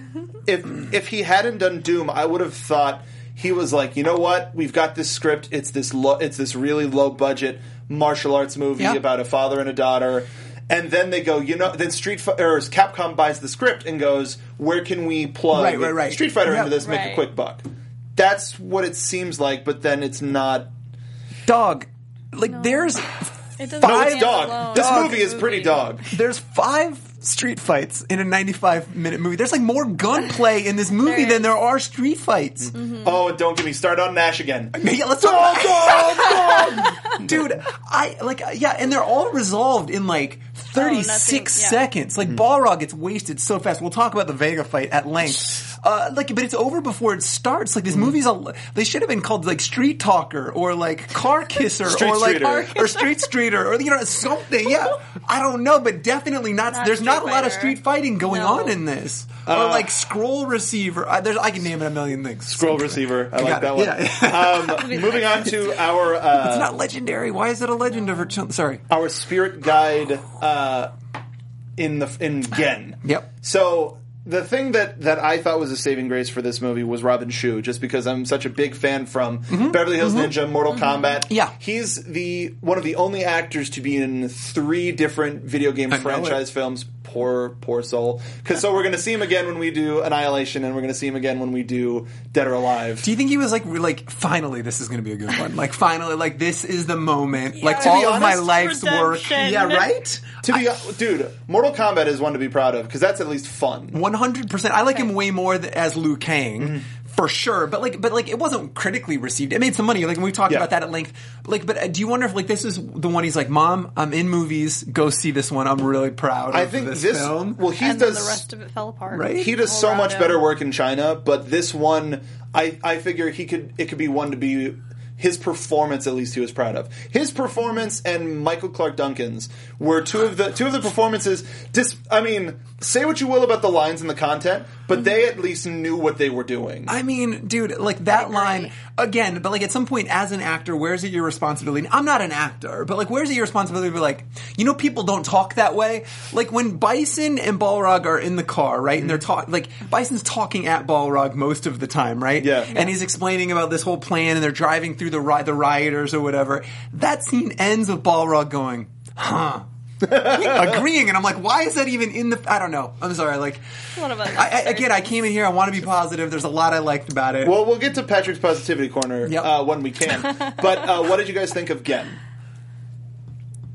if if he hadn't done Doom, I would have thought he was like, you know what? We've got this script. It's this lo- it's this really low budget martial arts movie Yeah. about a father and a daughter. And then they go, you know, then Street Fi- or Capcom buys the script and goes, where can we plug Right, right, right. Street Fighter Yeah. into this, make a Right. quick buck. That's what it seems like, but then it's not. Dog. Like, there's It doesn't Five stand Dog. alone. This Dog. movie is pretty dog. there's five street fights in a 95 minute movie. There's like more gunplay in this movie than there are street fights. Hmm. Oh, and don't get me started on Nash again. Yeah, let's talk about Dude, I like uh, yeah, and they're all resolved in like 36 Oh, nothing, yeah. seconds. Hmm. Like Balrog gets wasted so fast. We'll talk about the Vega fight at length. Uh, like but it's over before it starts. Like this Hmm. movie's a they should have been called like Street Talker or like Car Kisser Street or like Streeter. or Street Streeter or you know something. Yeah. I don't know, but definitely not, Not there's not a Street lot of Fighter. street fighting going No. on in this. Uh, or like scroll receiver. I, there's I can name it a million things. Scroll receiver. I like got that it. one. Movie Um, moving on to our uh, It's not legendary. Why is it a legend of her? Sorry. our spirit guide uh, in the in Gen. Yep. So the thing that that I thought was a saving grace for this movie was Robin Shu, just because I'm such a big fan from Beverly Hills Ninja, Mortal Kombat. Mm-hmm. Yeah. he's the one of the only actors to be in three different video game I know franchise it. films. Poor, poor soul. Because so we're going to see him again when we do Annihilation, and we're going to see him again when we do Dead or Alive. Do you think he was like re- like finally this is going to be a good one? Like finally like this is the moment. Like To all be of my honest, life's work. redemption. Yeah, right? to be dude, Mortal Kombat is one to be proud of because that's at least fun. 100%. I like him way more th- as Liu Kang. For sure, but like, but like, it wasn't critically received. It made some money. Like we talked Yeah. about that at length. Like, but uh, do you wonder if like this is the one he's like, Mom, I'm in movies. Go see this one. I'm really proud. I of think this. this, film. Well, he and then does. the rest of it fell apart. Right? he does so around much him. better work in China, but this one, I I figure he could it could be one to be his performance at least he was proud of. His performance and Michael Clark Duncan's were two of the two of the performances. Dis, I mean, say what you will about the lines and the content, but they at least knew what they were doing. I mean, dude, like that line again, but like at some point as an actor, where's it your responsibility? I'm not an actor, but like where's it your responsibility to be like, you know, people don't talk that way. Like when Bison and Balrog are in the car, right? And they're talking, like Bison's talking at Balrog most of the time, right? Yeah. And he's explaining about this whole plan and they're driving through the, ri- the rioters or whatever. That scene ends with Balrog going, huh. agreeing and I'm like why is that even in the I don't know I'm sorry like What about I, I, again, I came in here. I want to be positive. There's a lot I liked about it. well, we'll get to Patrick's positivity corner Yep. uh, when we can. but uh, what did you guys think of Gen?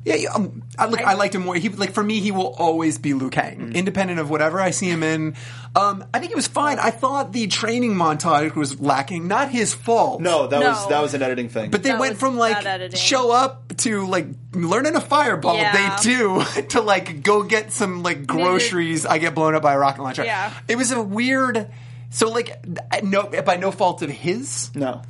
yeah, yeah, um, I, look, I, liked him more. He like for me, he will always be Liu Kang, Mm. independent of whatever I see him in. Um, I think it was fine. I thought the training montage was lacking. Not his fault. No, that No. was that was an editing thing. But they That went was from bad like editing. show up to like learning a fireball Yeah. day two to like go get some like groceries. I get blown up by a rocket launcher. Yeah. It was a weird. So like I- no by no fault of his. no.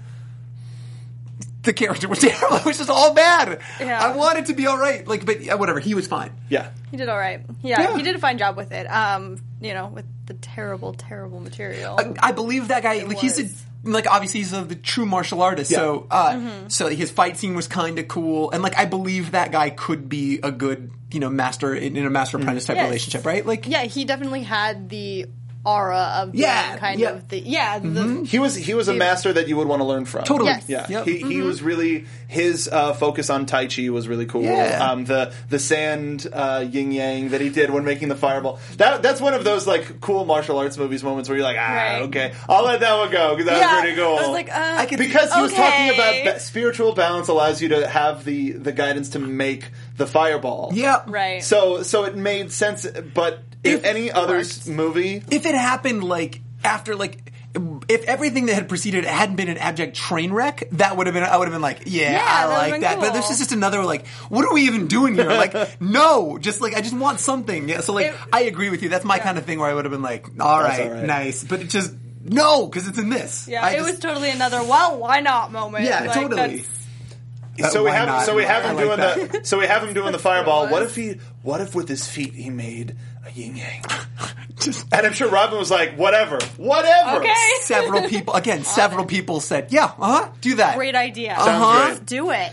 the character was terrible. It was just all bad. Yeah. I wanted to be all right. Like, but uh, whatever. He was fine. Yeah. He did all right. Yeah, Yeah. he did a fine job with it. Um, you know, with the terrible, terrible material. Uh, I believe that guy. It Like, he's a was. like obviously he's a, the true martial artist. So, uh, Mm-hmm. so his fight scene was kind of cool, and like I believe that guy could be a good you know master in, in a master apprentice type Yes. relationship, right? Like, yeah, he definitely had the aura of being Yeah, kind yeah. of the yeah. The, He was he was a master that you would want to learn from. Totally. Yes. Mm-hmm. Yeah, Yep. he, he was really his uh, focus on Tai Chi was really cool. Yeah. Um, the the sand uh, yin yang that he did when making the fireball that that's one of those like cool martial arts movies moments where you're like ah Right. okay I'll let that one go because that yeah, was pretty cool. I was like, uh, I could- because he was talking about okay. that spiritual balance allows you to have the the guidance to make the fireball. yeah, right. So so it made sense, but in If- any other s- movie, if it happened like after like if everything that had preceded it hadn't been an abject train wreck, that would have been I would have been like, yeah, Yeah, I that would've like been that. But this cool. is just another like, what are we even doing here? Like, no, just like I just want something. Yeah, so like It- I agree with you. That's my kind of thing where I would have been like, all That's right, all right. nice, but it just no because it's in this. yeah, I it just- was totally another. Well, why not moment? yeah, Like, totally. that's- But so we Uh, why have not? so we have I him like doing that. the so we have him doing the fireball. That's What what it if he? What if with his feet he made a yin yang? Just- And I'm sure Robin was like, whatever, whatever. Okay. several people again. Several people said, yeah, uh huh, do that. Great idea. Sounds Let's do it.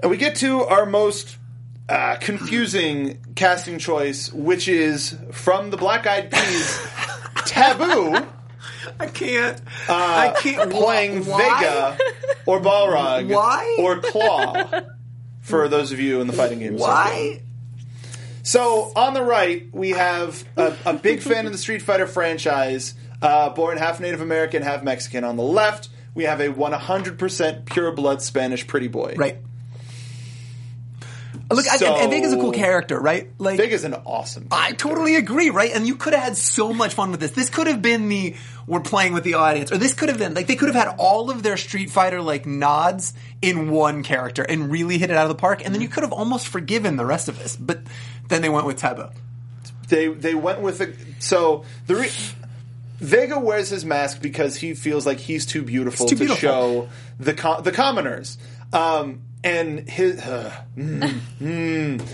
And we get to our most uh, confusing casting choice, which is from the Black Eyed Peas, Taboo I can't. I can't playing why? Vega or Balrog Why? or Claw. For those of you in the fighting games, Why? So on the right, we have a, a big fan of the Street Fighter franchise, uh, born half Native American, half Mexican. On the left, we have a 100% pure blood Spanish pretty boy. Right. Look, I, and, and Vega's a cool So- character, right? Like, Big is an awesome. I totally agree, right? And you could have had so much fun with this. This could have been the we're playing with the audience, or this could have been like they could have had all of their Street Fighter like nods in one character and really hit it out of the park. And then you could have almost forgiven the rest of this, but then they went with Tebo. they they went with a, so the re- Vega wears his mask because he feels like he's too beautiful It's too to beautiful. show the com- the commoners. Um, and his uh, mm, mm.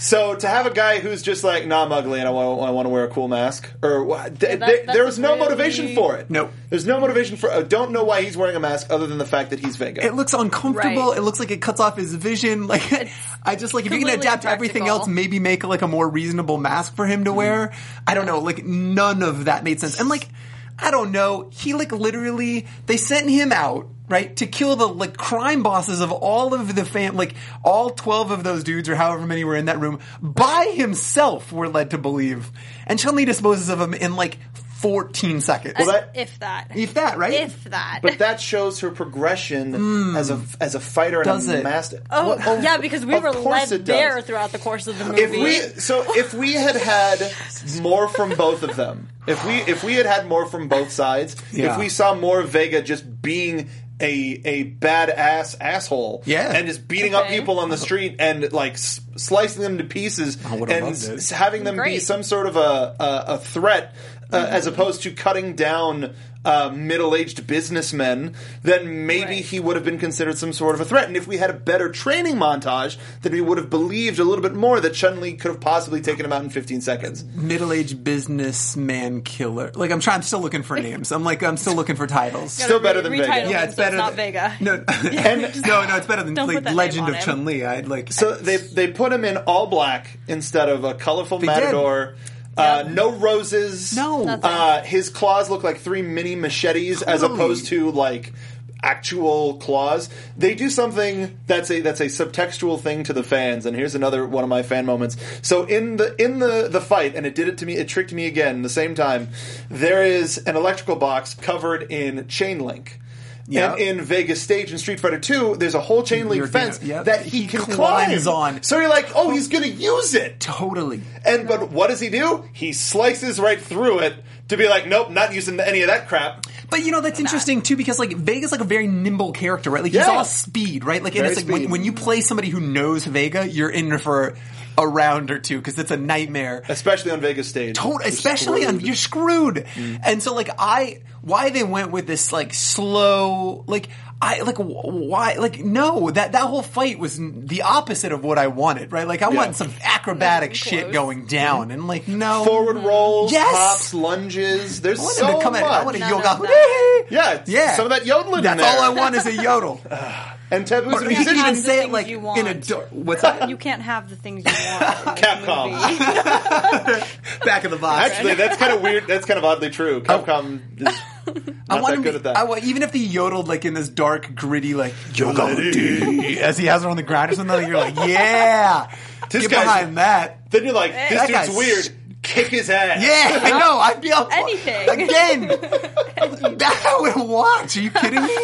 So to have a guy who's just like, nah, I'm ugly and I want, I want to wear a cool mask, or wha- th- th- that- there that's was no really- motivation for it. Nope. there's no motivation for. I don't know why he's wearing a mask other than the fact that he's Vega. It looks uncomfortable. Right. It looks like it cuts off his vision. Like I just like if you can completely adapt everything impractical. Mm-hmm. else, maybe make like a more reasonable mask for him to wear. I don't know. Like none of that made sense. And like I don't know. He like literally they sent him out right to kill the like crime bosses of all of the fam like all 12 of those dudes or however many were in that room by himself we're led to believe and chun-li disposes of him in like 14 seconds Well, that- if that. if that right If that. but that shows her progression as a as a fighter and Mm. Does a it? master. Oh, Well, yeah, because we of were course led it does. there throughout the course of the movie. If we so if we had had more from both of them, if we if we had had more from both sides, Yeah. if we saw more of Vega just being a a badass asshole, Yeah. and just beating up Okay. people on the street and like s- slicing them to pieces and would've loved it. s- having them be Great. Mm-hmm. some sort of a a, a threat uh, as opposed to cutting down. Uh, middle-aged businessmen, then maybe Right. he would have been considered some sort of a threat. And if we had a better training montage, then we would have believed a little bit more that Chun Li could have possibly taken him out in 15 seconds. middle-aged businessman killer. Like I'm trying. I'm still looking for names. I'm like I'm still looking for titles. Still better than Retitle Vega. him Yeah, it's so better It's than- not Vega. No, and, no, no. It's better than Don't put like that name Legend on of him. Chun Li. I'd like So they they put him in all black instead of a colorful did. matador. Uh, no roses. No. Nothing. Uh, his claws look like three mini machetes as Totally. opposed to like actual claws. They do something that's a that's a subtextual thing to the fans. And here's another one of my fan moments. So in the in the the fight, and it did it to me. It tricked me again. The same time, there is an electrical box covered in chain link. Yeah. And in Vegas Stage and Street Fighter 2, there's a whole chain link You're gonna- fence yep. that he, He can climbs climb on. So you're like, oh, he's going to use it. totally. And but what does he do? He slices right through it to be like, nope, not using any of that crap. But you know that's interesting too because like Vega's like a very nimble character, right? Like he's Yeah. all speed, right? Like and Very it's like when, speed. when you play somebody who knows Vega, you're in for a round or two because it's a nightmare. Especially on Vegas Stage. Tot- especially on you're screwed. Mm. And so like I why they went with this like slow like I like wh- why like no that that whole fight was n- the opposite of what I wanted right like I want some acrobatic Nothing shit close. going down and like no Forward rolls, Yes! hops, lunges. There's I want so him to come much. at I want to No, yoga no, no. yeah, it's- yeah Some of that yodeling that's in there. all I want is a yodel And Taboo's a you can musician. even Have the say it things like you in a want. dark what's that You can't have the things you want. in this Capcom. movie. back of the box Actually, that's kind of weird. That's kind of oddly true. Capcom is Oh. I not want that him good to- at that. I want, even if they yodeled like in this dark, gritty, like yoga as he has her on the ground or something, like, you're like, yeah, This get guy's- behind that. then you're like, this That dude's guy's- weird. Kick his ass. Yeah, I know. I'd be up Anything. again. that I would watch. Are you kidding me?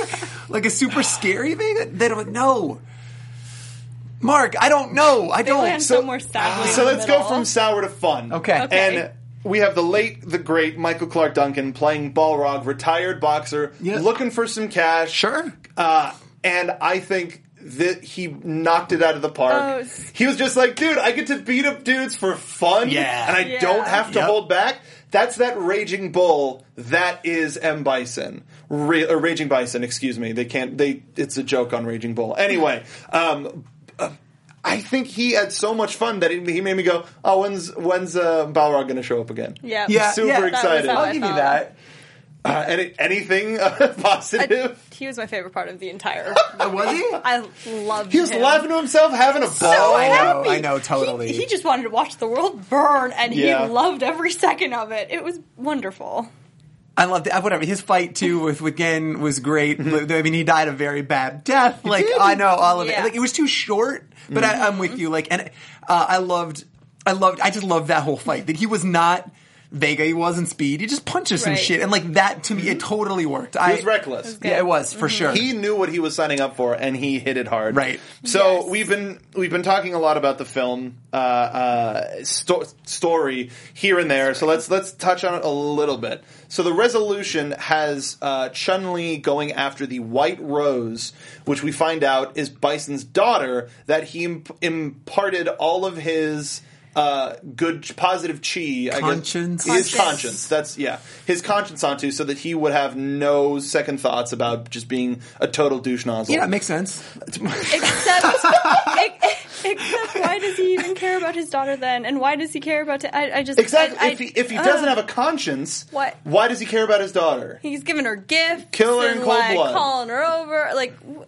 Like a super scary thing? They don't know. Mark, I don't know. I don't. land somewhere Ah. sadly in So the let's go middle. from sour to fun. Okay. Okay. And we have the late, the great Michael Clark Duncan playing Balrog, retired boxer, Yeah. looking for some cash. Sure. Uh, and I think that he knocked it out of the Oh, park. it's- he was just like, dude, I get to beat up dudes for fun, Yeah. and I Yeah. don't have to Yep. hold back. That's that raging bull. That is M Bison, Ra- uh, raging bison. Excuse me. They can't. They. It's a joke on raging bull. Anyway, um, uh, I think he had so much fun that he, he made me go, oh, when's when's uh, Balrog going to show up again? Yeah. Yeah, Super yeah. excited. That was how I'll I give you thought. that. Uh, any, anything uh, positive? He was my favorite part of the entire. Uh, was he? I loved He was him. laughing to himself, having a ball. Oh, I know. I know. Totally. He, he just wanted to watch the world burn, and Yeah. he loved every second of it. It was wonderful. I loved it. Whatever his fight too with with Gen was great. I mean, he died a very bad death. Like did. I know all of Yeah. it. Like it was too short. But I, I'm with you. Like and uh, I loved, I loved, I just loved that whole fight. That he was not Vega. He wasn't speed. He just punches some Right. shit. And like that to me, it totally worked. I He was reckless. good. Mm-hmm. Yeah, it was for sure. He knew what he was signing up for, and he hit it hard. Right. So Yes. we've been we've been talking a lot about the film uh, uh, sto- story here and there. So let's let's touch on it a little bit. So the resolution has uh, Chun Li going after the White Rose, which we find out is Bison's daughter that he imp- imparted all of his. uh, good positive chi. I guess- Conscience? His Conscience. conscience. That's yeah. His conscience onto so that he would have no second thoughts about just being a total douche nozzle. Yeah, it makes sense. Except, ex- except, why does he even care about his daughter then? And why does he care about? T- I, I just exactly. I- I- if he if he ugh. doesn't have a conscience, What? Why does he care about his daughter? he's giving her gifts, Kill her in and, cold like, blood. calling her over. Like, w-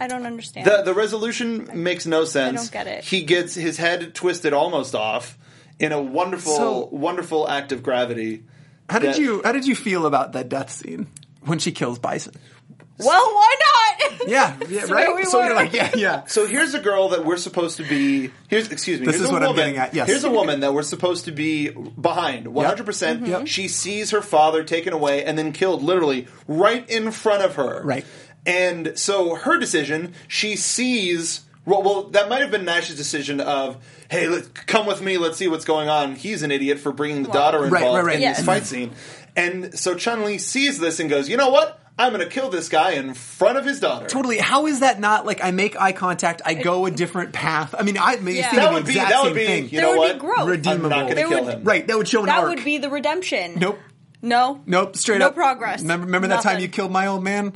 I don't understand. The the resolution makes no sense. don't get it. He gets his head twisted almost off in a wonderful So- wonderful act of gravity. How did That- you How did you feel about that death scene when she kills Bison? well, why not? Yeah, yeah where right. we so were. you're like, yeah, yeah. So here's a girl that we're supposed to be. Here's excuse me. This here's is a what I'm woman- getting at, yes. Here's a woman that we're supposed to be behind 100. percent Mhm. Yep. She sees her father taken away and then killed, literally right in front of her. Right. And so her decision, she sees. Well, well, that might have been Nash's decision of, "Hey, let, come with me. Let's see what's going on." He's an idiot for bringing the daughter Right, involved right, Mm-hmm. right. in Yes. this fight scene. And so Chun Li sees this and goes, "You know what? I'm going to kill this guy in front of his daughter." Totally. How is that not like I make eye contact, I go a different path? I mean, I may Yeah. think That of the would be- exact that would same be, thing. you there know would what? be growth. Redeemable. I'm not going to There kill would- him. Right. That would show an that arc. would be the redemption. Nope. No. Nope. Straight no up. progress. Remember, remember that time you killed my old man?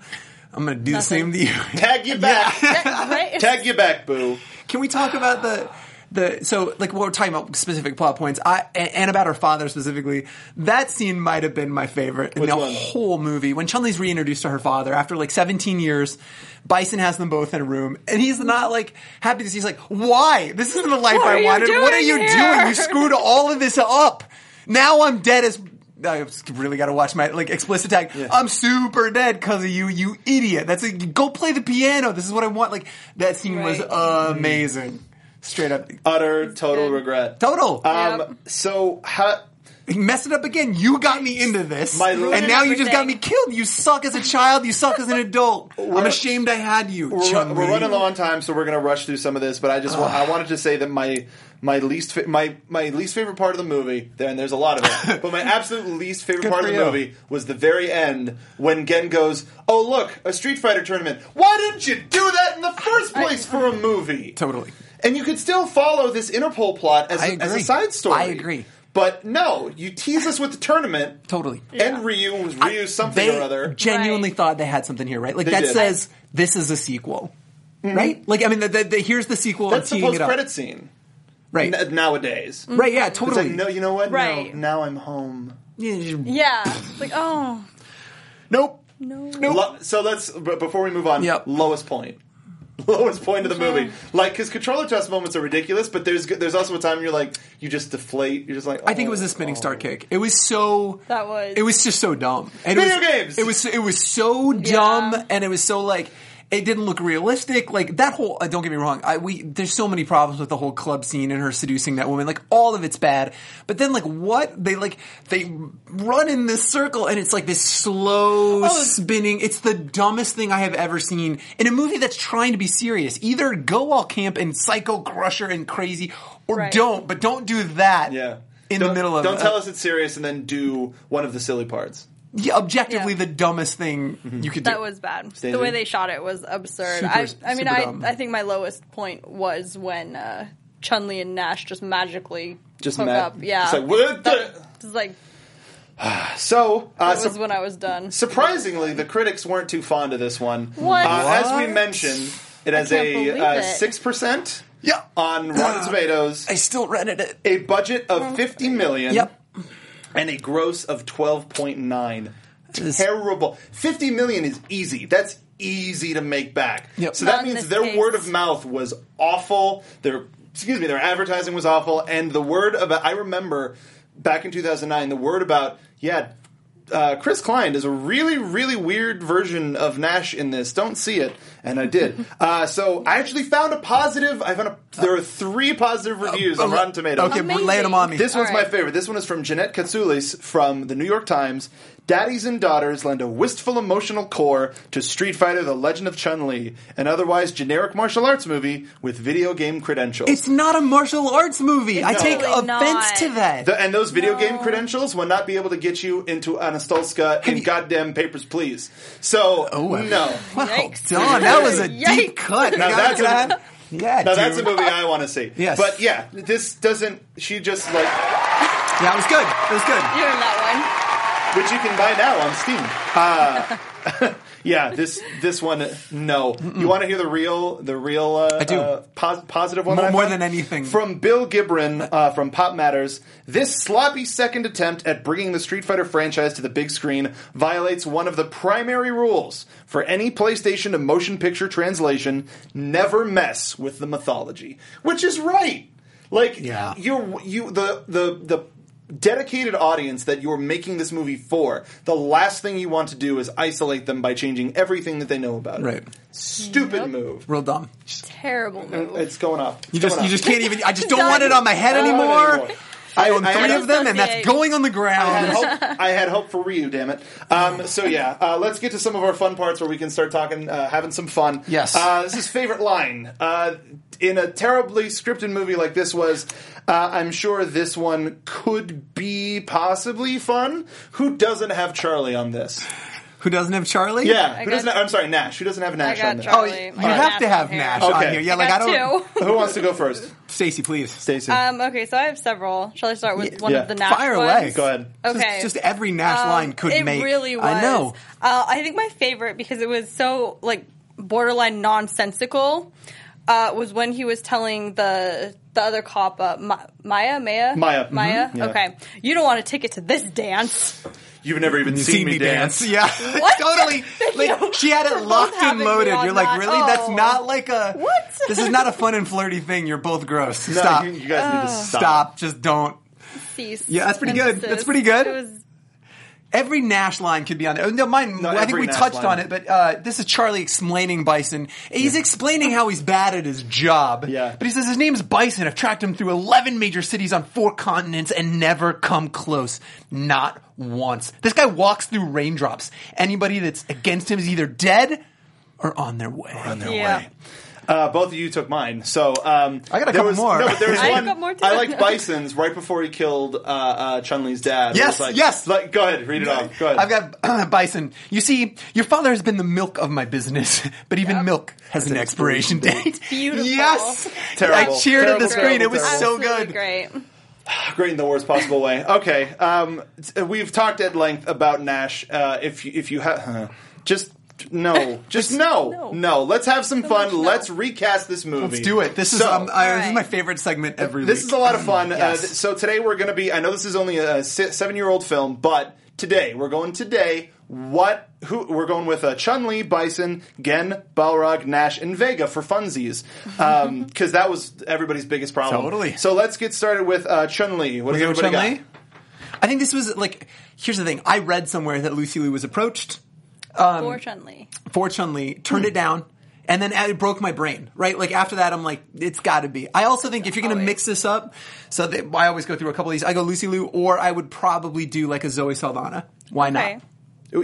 I'm going to do Nothing. the same to you. Tag you back. killed right? Tag you back, boo. Can we talk about the the so like we're talking about specific plot points I and, and about her father specifically. That scene might have been my favorite in Which the one? whole movie when Chun-Li's reintroduced to her father after like 17 years. Bison has them both in a room and he's not like happy to see. He's like, "Why? This isn't the life What are I you wanted. What are doing you here?" doing? You screwed all of this up. Now I'm dead as." I really got to watch my like explicit tag. I'm super dead because of you, you idiot. That's like go play the piano. This is what I want. Like that scene was Right. amazing. Straight up. Utter total regret. Total. Um. Yep. So how? you messed it up again. You got me into this. My lord. and now you just got me killed. You suck as a child. You suck as an adult. I'm ashamed I had you. We're, run- Chun-Li. we're running low on time, so we're going to rush through some of this. But I just wa- I wanted to say that my my least fa- my my least favorite part of the movie. Then there's a lot of it, but my absolute least favorite Good part of for the you. movie was the very end when Gen goes, "Oh look, a Street Fighter tournament. Why didn't you do that in the first place for a movie?" Totally. And you could still follow this Interpol plot as, I a, as a agree. side story. I agree. But no, you tease us with the tournament. Totally. And Ryu was Ryu something They or other. genuinely Right. thought they had something here, right? Like They that did. Mm-hmm. says this is a sequel, right? Like I mean, the, the, the- here's the sequel. That's and the teeing post it up. credit scene right? n- nowadays. right? Yeah, It's totally. like, no, you know what? Right. No, now I'm home. Yeah. Like, oh. Nope. Lo- so let's, but before we move on, Yep. lowest point. Lowest point of the movie. Like, because controller toss moments are ridiculous, but there's there's also a time you're like, you just deflate. You're just like, I think it was oh, a spinning oh. star kick. It was so. That was- It was just so dumb. And Video it was, games! It was. It was so dumb, and it was so like. It didn't look realistic. Like that whole. Uh, don't get me wrong. I we there's so many problems with the whole club scene and her seducing that woman. Like all of it's bad. But then like what they like they run in this circle and it's like this slow Oh. spinning. It's the dumbest thing I have ever seen in a movie that's trying to be serious. Either go all camp and psycho crusher and crazy, or Right. don't. But don't do that Yeah. in Don't- the middle of Don't it. tell us it's serious and then do one of the silly parts. Yeah, objectively Yeah. the dummest thing Mm-hmm. you could do. That was bad. Staging. The way they shot it was absurd. Super- I, I mean, super I, dumb. I think my lowest point was when uh, Chun Li and Nash just magically Just hook mad- up. Yeah, It's like, what the- It's like So, uh, that so- was when I was done. Surprisingly, the critics weren't too fond of this one. What? Uh, As we What? mentioned, it has can't a believe uh, it. 6% Yeah. on Rotten Tomatoes, I still rented it. a budget of 50 million, Yep. and a gross of 12.9. This- Terrible. 50 million is easy. That's easy to make back. Yep. So Not that in means this their case. word of mouth was awful. Their excuse me, their advertising was awful and the word about I remember back in 2009 the word about yeah uh, Chris Klein is a really, really weird version of Nash in this. Don't see it, and I did. Uh, so I actually found a positive. I found a, there are three positive reviews on Rotten Tomatoes. Uh, um, Okay, we're Amazing. laying them on me. This All one's my right. favorite. This one is from Jeanette Katsoulis from the New York Times. Daddies and daughters lend a wistful emotional core to Street Fighter: The Legend of Chun Li, an otherwise generic martial arts movie with video game credentials. it's not a martial arts movie. I take totally offense not. to that. The- and those video game credentials will not be able to get you into Anastolska in you- goddamn papers, please. So no. wow, Yikes. Don, that was a Yikes. deep cut. Now God, that's a, God. Yeah, Now that's a dude. movie I want to see. Yes. But yeah, this doesn't. She just like Yeah, it was good. It was good. You're in that which you can buy now on Steam. Uh, yeah, this this one. No, you want to hear the real the real uh, I do. Uh, pos- positive one More- that I more found? than anything. from Bill Gibran uh, from Pop Matters. This sloppy second attempt at bringing the Street Fighter franchise to the big screen violates one of the primary rules for any PlayStation to motion picture translation: never mess with the mythology, which is right. Like Yeah. you're you the the the dedicated audience that you're making this movie for. The last thing you want to do is isolate them by changing everything that they know about it. Right. Stupid move. Real dumb. one. Terrible move. Uh, It's going up. You just you just can't even. I just don't Done. want it on my head I don't want it anymore. anymore. I own I- I three had- of them, and that's Associate. going on the I had ground. Um, hope. I had hope for Ryu, damn it. Um, so yeah, uh, let's get to some of our fun parts where we can start talking, uh, having some fun. Yes. Uh, this is favorite line. Uh, in a terribly scripted movie like this was, uh, I'm sure this one could be possibly fun. Who doesn't have Charlie on this? Who doesn't have Charlie? Yeah. I Who doesn't? got- Have, I'm sorry, Nash. Who doesn't have I Nash on got this? Oh, Charlie. you I got have to have here. Nash Okay. on here. Yeah, I like I got don't. two. Who wants to go first? Stacy, please. Stacy. Um, okay, so I have several. Shall I start with one Yeah. of the Nash Fire ones? away. go ahead. Okay. Just, just every Nash Um, line could it make. really was. I know. Uh, I think my favorite because it was so like borderline nonsensical uh, was when he was telling the the other cop, uh, Ma- Maya, Maya, Maya. Maya. Mhm. Yeah. Okay, you don't want a ticket to this dance. You've never even See me dance. Yeah. What? totally. Like she had We're it both locked and having me loaded. on You're like, that. really? That's Oh. not like a What? This is not a fun and flirty thing. You're both gross. No, Stop. You, you guys Oh. need to Stop. stop. Just don't. Cease. Yeah, that's pretty good. Emphasis. That's pretty good. It was Every Nash line could be on there. No, mine. No, I think every we Nash touched line. on it, but uh, this is Charlie explaining Bison. He's explaining how he's bad at his job. Yeah. But he says his name's Bison. I've tracked him through eleven major cities on four continents and never come close. Not once. This guy walks through raindrops. Anybody that's against him is either dead or on their way. yeah. Uh, both of you took mine, so um, I got a there couple was- more. No, but there was I one. got more, too. I liked Bison's right before he killed uh, uh, Chun Li's dad. It Yes, was like, yes. Like, go ahead, read it off. Go ahead. I've got Bison. You see, your father has been the milk of my business, but even milk has an expiration date. Beautiful. Yes. Terrible. I cheered Terrible, at the screen. it was terrible, so absolutely good. Great. great in the worst possible way. Okay, um, t- we've talked at length about Nash. Uh, if you, if you have, huh. just no, just no, no, No. Let's have some fun. much no. Let's recast this movie. Let's do it. This is So- um, I, this is Alright. my favorite segment every This week. is a lot of fun. Yes. Uh, th- so today we're going to be. I know this is only a si- seven-year-old film, but today we're going today. What? Who? We're going with uh, Chun Li, Bison, Gen, Balrog, Nash, and Vega for funsies, because that was everybody's biggest problem. Totally. So let's get started with uh, Chun Li. What does Leo everybody Chun-Li? got? I think this was like. Here's the thing. I read somewhere that Lucy Liu was approached Um, Fortunately, for Chun Li, turned Hmm. it down, and then it broke my brain. Right, like after that, I'm like, it's got to be. I also think if you're going to Always. mix this up, so that, I always go through a couple of these. I go Lucy Liu, or I would probably do like a Zoe Saldana. Why not? okay. Mm-hmm.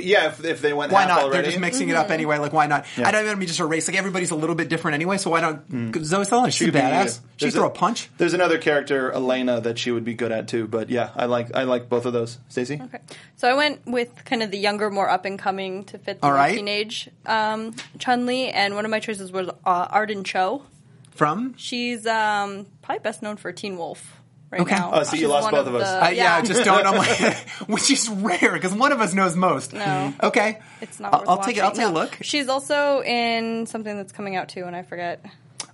Yeah, if, if they went Why half not? already. They're just mixing it up anyway. Like, why not? I don't even mean just a race. Like, everybody's a little bit different anyway. So why not? Zoe Saldana, she's a could Mm. be uh, badass. you. She There's can throw a punch. There's another character, Elena, that she would be good at too. But yeah, I like I like both of those. Stacey, Okay. So I went with kind of the younger, more up and coming to fit the All right. teenage um, Chun Li, and one of my choices was uh, Arden Cho. From She's um, probably best known for Teen Wolf right Okay. now. Oh, so you She's lost one both of of us. the- I, yeah. I just don't. I'm like, which is rare because one of us knows most. No. Okay. It's not. I'll, worth I'll take it. I'll watching. take a No. look. She's also in something that's coming out too, and I forget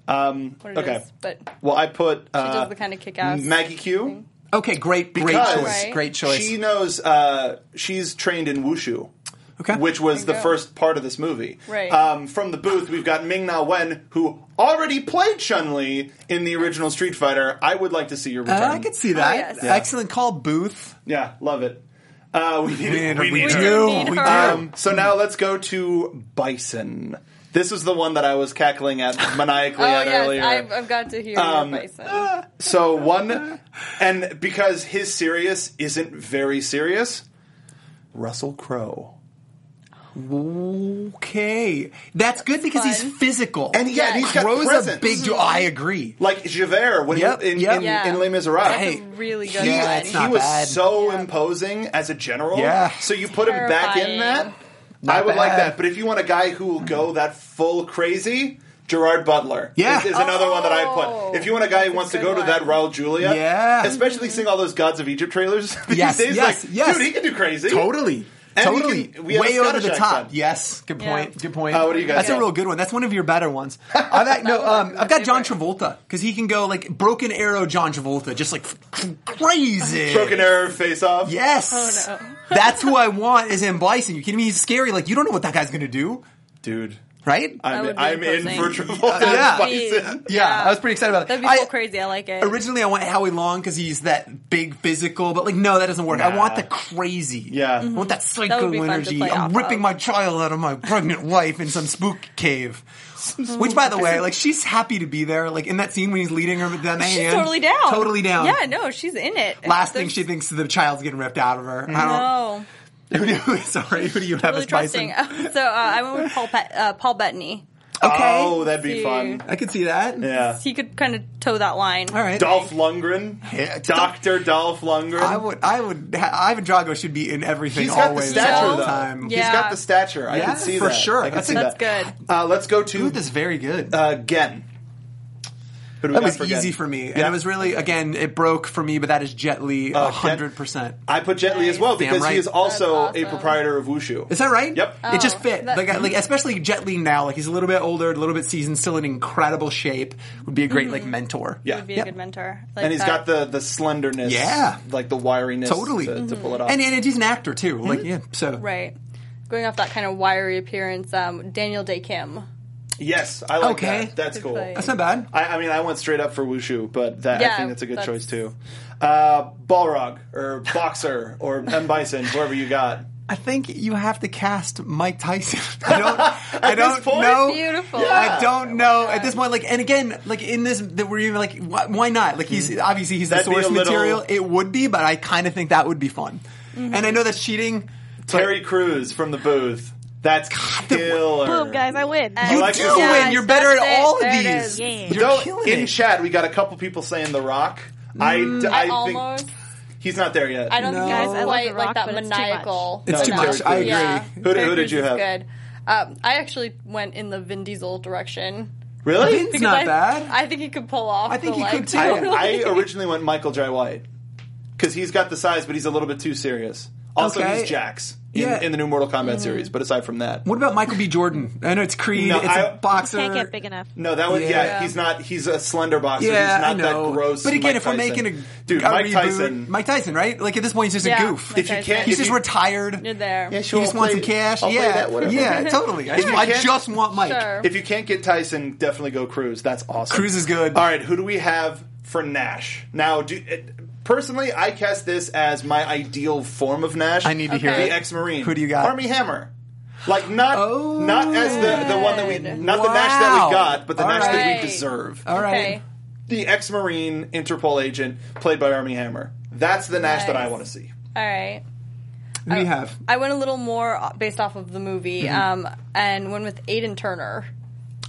um, what it is. okay. but Well, I put uh, she does the kind of kick-ass. Maggie Q. Okay. Great. Great Because- choice. Right. Great choice. She knows. Uh, she's trained in wushu. Okay. Which was the There you go. first part of this movie. Right. Um, from the booth, we've got Ming Na Wen, who already played Chun Li in the original Street Fighter. Oh, I would like to see your Uh, return. I could see that. Oh, yes. Yeah. Excellent call, Booth. Yeah, love it. Uh, we need, Man, we we need do. her. We need do. her. Um, so now let's go to Bison. This is the one that I was cackling at maniacally Oh at yes, earlier. I've, I've got to hear Um, your bison. So one, and because his serious isn't very serious, Russell Crowe. Okay. That's good because he's fun. physical. And yeah, Yes. he's got Crow's a presence. big. Do- I agree. like Javert when Yep, he, in, yep. in, Yeah. in Les Miserables. That's Hey, a really good yeah, one. it's he not was bad. so imposing as a general. Yeah. So you put him back in Terrifying. that. Not I would like bad. that. But if you want a guy who will go that full crazy, Gerard Butler. Yeah. Is, is another one that I Oh, put. If you want a guy who a wants to good go to one. that Raul Julia, Yeah. especially seeing all those Gods of Egypt trailers these Yes, days, yes, like, yes. dude, he can do crazy. Totally. And we totally. can- we have a Way over Scottish the top. accent. Yes. Good Yeah. point. Good point. Uh, what do you guys That's a got? real good one. That's one of your better ones. I've, got- no, um, I've got John Travolta because he can go like broken arrow John Travolta, just like crazy. Broken Arrow face off. Yes. Oh, That's who I want is M. Bison. You kidding me? He's scary. Like, you don't know what that guy's going to do, Dude. right? That I'm, would be I'm in for imposing. Travolta Yeah. and Bison. yeah, I was pretty excited about that. That'd be so I- crazy. I like it. Originally, I want Howie Long because he's that big physical, but like, no, that doesn't work. I Nah. want the crazy. Yeah. I want that That psycho would be fun to energy. play I'm off ripping of. my child out of my pregnant wife in some spook cave. Which, by the way, like, she's happy to be there. Like, in that scene when he's leading her with that she's hand. totally down. Totally down. Yeah, no, she's in it. Last There's- thing she thinks is the child's getting ripped out of her. I No, don't. Who do, sorry, who do you have as really Bison? trusting. so uh, I went with Paul Pet, uh, Paul Bettany. Okay. Oh, that'd be Dude. fun. I could see that. Yeah. He could kind of toe that line. All right. Dolph Lundgren. Yeah, Dr. Dolph Lundgren. I would, I would, Ivan Drago should be in everything He's got the always, all stature, the though. time. He's Yeah. got the stature. I Yeah, can see for that. sure. I can That's see a- That's that. good. Uh, let's go to Dude, this is very good. uh, Gen. Who do we that got was for Gen? easy for me, and Yeah. it was really again, it broke for me. But that is Jet Li, Uh, a hundred percent. I put Jet Li as well Damn because right. he is also That's a awesome. proprietor of Wushu. Is that right? Yep. it just Oh, fit. that- like, I- like especially Jet Li now, like he's a little bit older, a little bit seasoned, still in incredible shape. Would be a great Mm-hmm. like mentor. Yeah. Would be Yep. a good mentor. Like and he's got that. the, the slenderness, Yeah. like the wiriness, Totally. to, to pull it off. And and he's an actor too. Like yeah, so right. Going off that kind of wiry appearance, um, Daniel Day Kim. yes, I like Okay. that. That's Good cool. play. that's not bad. I, I mean, I went straight up for Wushu, but that, I Yeah, think that's a good that's- choice too. Uh, Balrog or Boxer or M Bison, whoever you got. I think you have to cast Mike Tyson. I don't. I don't this point? Oh know. Beautiful. I don't know at this point. Like, and again, like in this, that we're even like, why, why not? Like, he's obviously he's Hmm. That'd the be source a little- material. It would be, but I kind of think that would be fun. Mm-hmm. And I know that's cheating. but Terry Crews from the booth. That's killer. Boom, guys, I win. You you like do this one. win. You're better at That's it. all of There it these. is. Yeah. You're Though, killing in it. chat, we got a couple people saying The Rock. I d I I, think almost. he's not there yet. Mm, I don't No. think Guys, I it's love quite The like Rock, that but it's too maniacal. It's too enough. much. I agree. Yeah. Who did- who did you Characters is have? Good. Um, I actually went in the Vin Diesel direction. really. Vin's not I, bad. I think he could pull off. I think the, he could like, too. I, I originally went Michael J. White because he's got the size, but he's a little bit too serious. Also, Okay. he's Jax in, Yeah. in the new Mortal Kombat Mm-hmm. series. But aside from that, what about Michael B. Jordan? I know it's Creed. No, it's I- a boxer. Can't get big enough. no, that was yeah. Yeah. He's not. He's a slender boxer. Yeah, he's not I know. that gross. But again, Mike if we're Tyson. making a dude, a Mike reboot- Tyson. Mike Tyson, right? Like at this point, he's just Yeah, a goof. Mike If you Tyson. can't- He's if just you- retired. You're there. Yeah, He sure, just I'll wants play- some cash. I'll play yeah, that, whatever. yeah, totally. I, If you I can't- just want Mike. Sure. If you can't get Tyson, definitely go Cruz. That's awesome. Cruz is good. All right, who do we have for Nash? Now, do, it, personally, I cast this as my ideal form of Nash. I need to hear Okay. it. the ex-marine. Who do you got? Army Hammer. Like not Oh. not as the, the one that we Good. not the Nash that Wow. we got, but the All Nash that right. we deserve. All right. Okay. The ex-marine Interpol agent played by Army Hammer. That's the Nash that I Nice. want to see. All right. Who do you have? I went a little more based off of the movie, Mm-hmm. um, and went with Aiden Turner.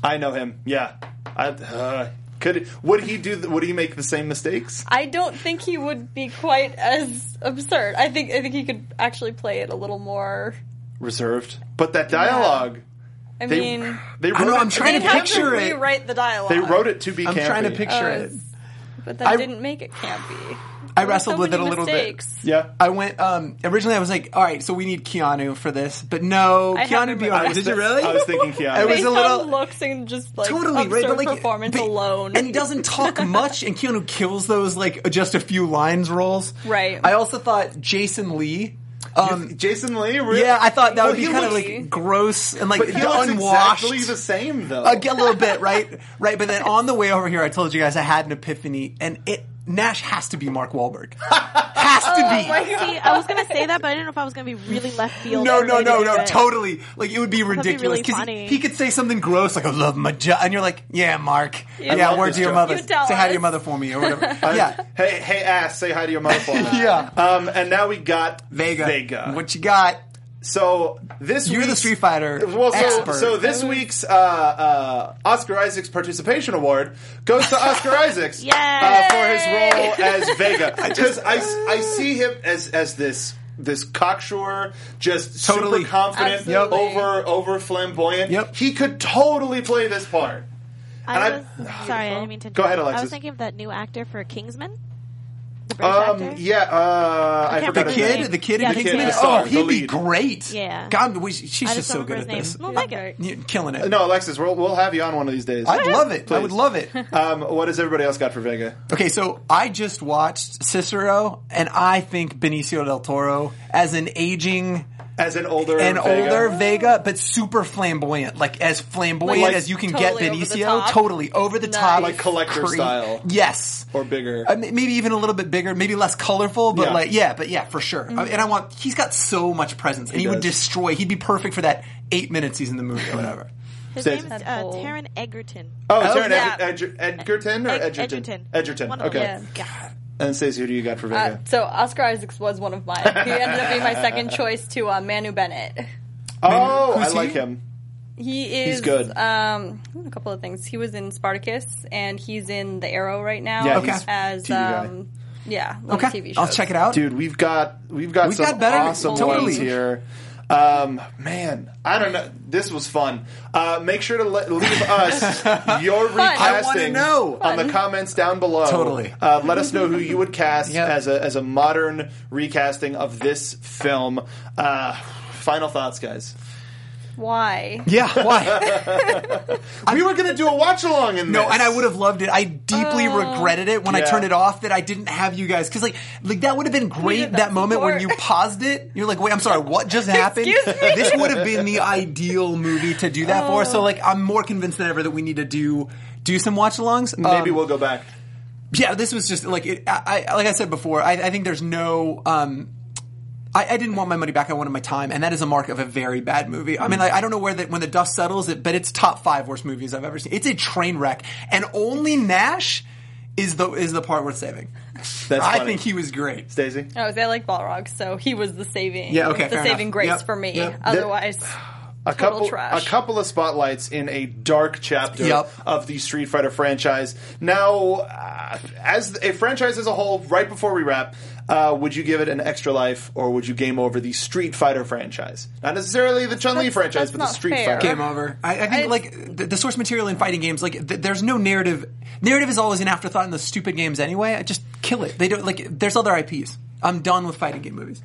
I know him. Yeah. I uh, could would he do the, would he make the same mistakes? I don't think he would be quite as absurd. I think I think he could actually play it a little more. Reserved. But that dialogue I They- mean, They wrote I know, it, I'm trying they'd to have picture to it. rewrite the dialogue. They wrote it to be I'm campy. Uh, trying to Uh, picture it. but that I- didn't make it campy. I wrestled with it a little bit. Yeah. I went um originally I was like, all right, so we need Keanu for this, but no, I Keanu haven't would be been- alright. was Did you thi- really? I was thinking Keanu. It was Based a little on looks and just like totally absurd right, but like performance but- alone, and he doesn't talk much. And Keanu kills those like just a few lines roles. Right. I also thought Jason Lee. Um, Jason Lee, really? yeah, I thought that Well, would be he kind of looks- like gross and like But he looks unwashed. exactly the same though. a, a little bit, right? Right. But then on the way over here, I told you guys I had an epiphany, and it Nash has to be Mark Wahlberg. Has Oh to be. See, I was gonna say that, but I didn't know if I was gonna be really left field. No, or no, really no, no, good. totally. Like it would be be ridiculous really because funny. he, could say something gross like "I love my job," and you're like, "Yeah, Mark, yeah, love word this to your job. mother. You Say tell hi to us. your mother for me or whatever." Uh, yeah, Hey, hey, ass, say hi to your mother for me. Yeah. Um, and now we got Vega, Vega. what you got? so this You're the week's- Street Fighter Well, so, expert. so this week's uh, uh, Oscar Isaac's participation award goes to Oscar Isaac's Yay! uh, for his role as Vega because I, s- I see him as as this. This cocksure, just Totally. super confident, Absolutely. over over flamboyant. Yep. He could totally play this part. And I- I was sorry, I didn't mean to. Go ahead, interrupt. I Alexis. was thinking of that new actor for Kingsman. The British Um, actor. yeah, uh, I, can't forgot The remember his name. his kid, the kid, Yeah, in the Kingsman? kid. The Oh, star, he'd the be lead. great. Yeah. God, we, she's I just just so don't good remember at his this. name. We'll make it. You're killing it. No, Alexis, we'll, we'll have you on one of these days. I'd love it. I would Please. love it. Um, what has everybody else got for Vega? Okay, so I just watched Cicero, and I think Benicio del Toro as an aging As an older, an Vega? older Vega, but super flamboyant, like as flamboyant Like, as you can get totally over the Benicio, top? totally over the Nice. top, Like collector style. Yes, or bigger. Uh, m- maybe even a little bit bigger, maybe less colorful, but Yeah. like yeah, but yeah, for sure. Mm-hmm. Uh, and I want he's got so much presence, and he, would does. destroy. He'd be perfect for that eight minutes he's in the movie or whatever. His Says- name's uh, That's old. Taron Egerton. oh, is there an yeah. Edger- Edger- Edgerton or Eg- Edgerton? Edgerton. Edgerton. One of Okay. them. Yeah. And Stacey, who do you got for Uh, Vega? so Oscar Isaacs was one of mine. He ended up being my second choice to uh, Manu Bennett. oh, I who's like he? him. He is good. Um, a couple of things. He was in Spartacus, and he's in The Arrow right now. Yeah, he's as TV guy. um, yeah, like Okay, TV show. I'll check it out. Dude, we've got we've got We've some got better- awesome totally. ones here. Um, man, I don't know. This was fun. Uh, make sure to le- leave us your I wanna recasting know. on the comments down below. Totally. Uh, let us know who you would cast Yep. as a as a modern recasting of this film. Uh, final thoughts, guys. Why? yeah, why? we were gonna do a watch along in No, this. and I would have loved it. I deeply Oh. regretted it when I Yeah. turned it off that I didn't have you guys because like like that would have been great did that, that moment when you before. paused it. You're like, wait, I'm sorry, what just happened? This would have been the ideal movie to do that for. Oh. So like, I'm more convinced than ever that we need to do do some watch alongs. Maybe we'll go back. yeah, this was just like it, I, I like I said before. I, I think there's no. um I, I didn't want my money back. I wanted my time, and that is a mark of a very bad movie. I mean, like, I don't know where that when the dust settles, it, but it's top five worst movies I've ever seen. It's a train wreck, and only Nash is the is the part worth saving. That's I funny. think he was great. Daisy. I was I like Balrog, so he was the saving. Yeah, okay, the fair saving enough. grace Yep, for me. yep. Otherwise, a Total couple trash. a couple of spotlights in a dark chapter Yep. of the Street Fighter franchise. Now, uh, as a franchise as a whole, right before we wrap, uh, would you give it an extra life, or would you game over the Street Fighter franchise? Not necessarily the Chun Li That's- franchise, that's but the not Street fair. Fighter. Game over. I, I think I- like the, the source material in fighting games, like th- there's no narrative. Narrative is always an afterthought in the stupid games anyway. I just kill it. They don't like. There's other IPs. I'm done with fighting game movies.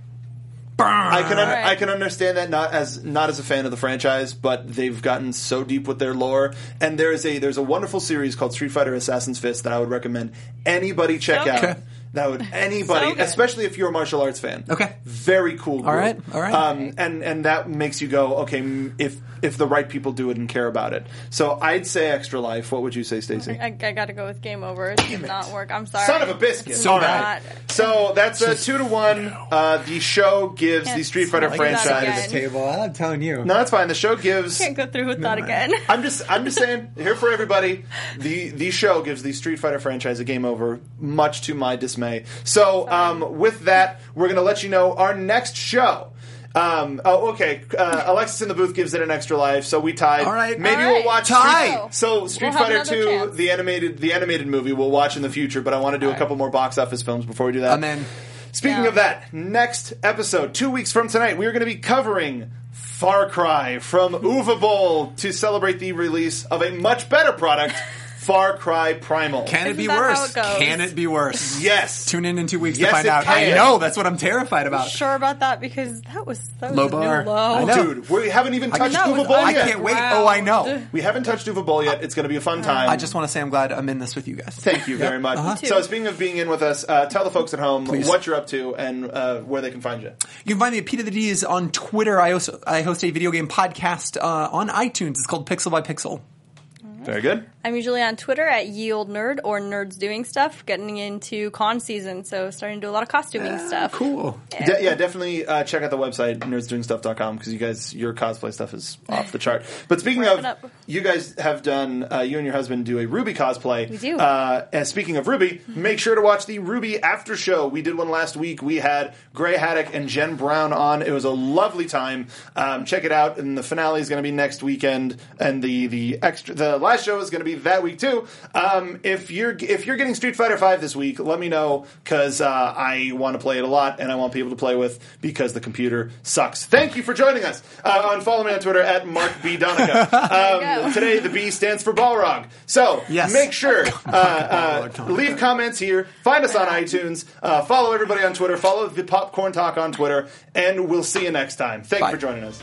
I can un- Alright. I can understand that not as not as a fan of the franchise, but they've gotten so deep with their lore. And there is a there's a wonderful series called Street Fighter Assassin's Fist that I would recommend anybody check Okay. out. That would anybody, good. especially if you're a martial arts fan. Okay. very cool. All right, all right. Um, and and that makes you go, okay, m- if if the right people do it and care about it. So I'd say Extra Life. What would you say, Stacy? I, I got to go with game over. It did not work. I'm sorry. Son of a biscuit. It's So not- bad. So that's a two to one. Uh, the show gives the Can't Street Fighter smell that franchise. again. Table. I'm telling you. No, that's fine. The show gives. Can't go through with that again. I'm just I'm just saying here for everybody. The the show gives the Street Fighter franchise a game over, much to my dismay. So um, with that, we're gonna let you know our next show. Um, oh, okay. Uh, Alexis in the booth gives it an extra life, so we tied. All right. maybe All we'll right. watch Tie. Street- so Street We'll have Fighter another Two, chance. the animated the animated movie, we'll watch in the future. But I want to do a couple more box office films before we do that. Amen. Speaking Yeah. of that, next episode, two weeks from tonight, we are going to be covering Far Cry from Uva Bowl to celebrate the release of a much better product, Far Cry Primal. Can it Isn't be that worse? how it goes? Can it be worse? yes. Tune in in two weeks Yes, to find it out. can. I know. That's what I'm terrified about. sure about that because that was that was Low a new bar. low. I know. Oh, Dude, we haven't even touched that Uva was Bowl I yet. can't wait. Oh, I know. We haven't touched Uva Bowl yet. It's going to be a fun time. I just Uh-huh. want to say I'm glad I'm in this with you guys. Thank you very much. So, speaking of being in with us, uh, tell the folks at home what you're up to and uh, where they can find you. You can find me at Peter the D's on Twitter. I also I host a video game podcast uh, on iTunes. It's called Pixel by Pixel. Very good. I'm usually on Twitter at Yield Nerd or Nerds Doing Stuff, getting into con season, so starting to do a lot of costuming stuff. Cool. De- yeah, definitely uh, check out the website nerdsdoingstuff.com because you guys your cosplay stuff is off the chart. But speaking Wrap of, it up. you guys have done uh, you and your husband do a Ruby cosplay. We do. Uh, and speaking of Ruby, make sure to watch the Ruby after show. We did one last week. We had Gray Haddock and Jen Brown on. It was a lovely time. Um, check it out. And the finale is going to be next weekend. And the the extra the last show is going to be me that week too. Um, if you're if you're getting Street Fighter Five this week, let me know because uh, I want to play it a lot and I want people to play with because the computer sucks. Thank you for joining us. Uh, and follow me on Twitter at Mark B Donica. you Um, go. today the B stands for Balrog. So Yes. make sure uh, uh, leave comments here. Find us on iTunes. Uh, follow everybody on Twitter. Follow the Popcorn Talk on Twitter, and we'll see you next time. Thank Bye. you for joining us.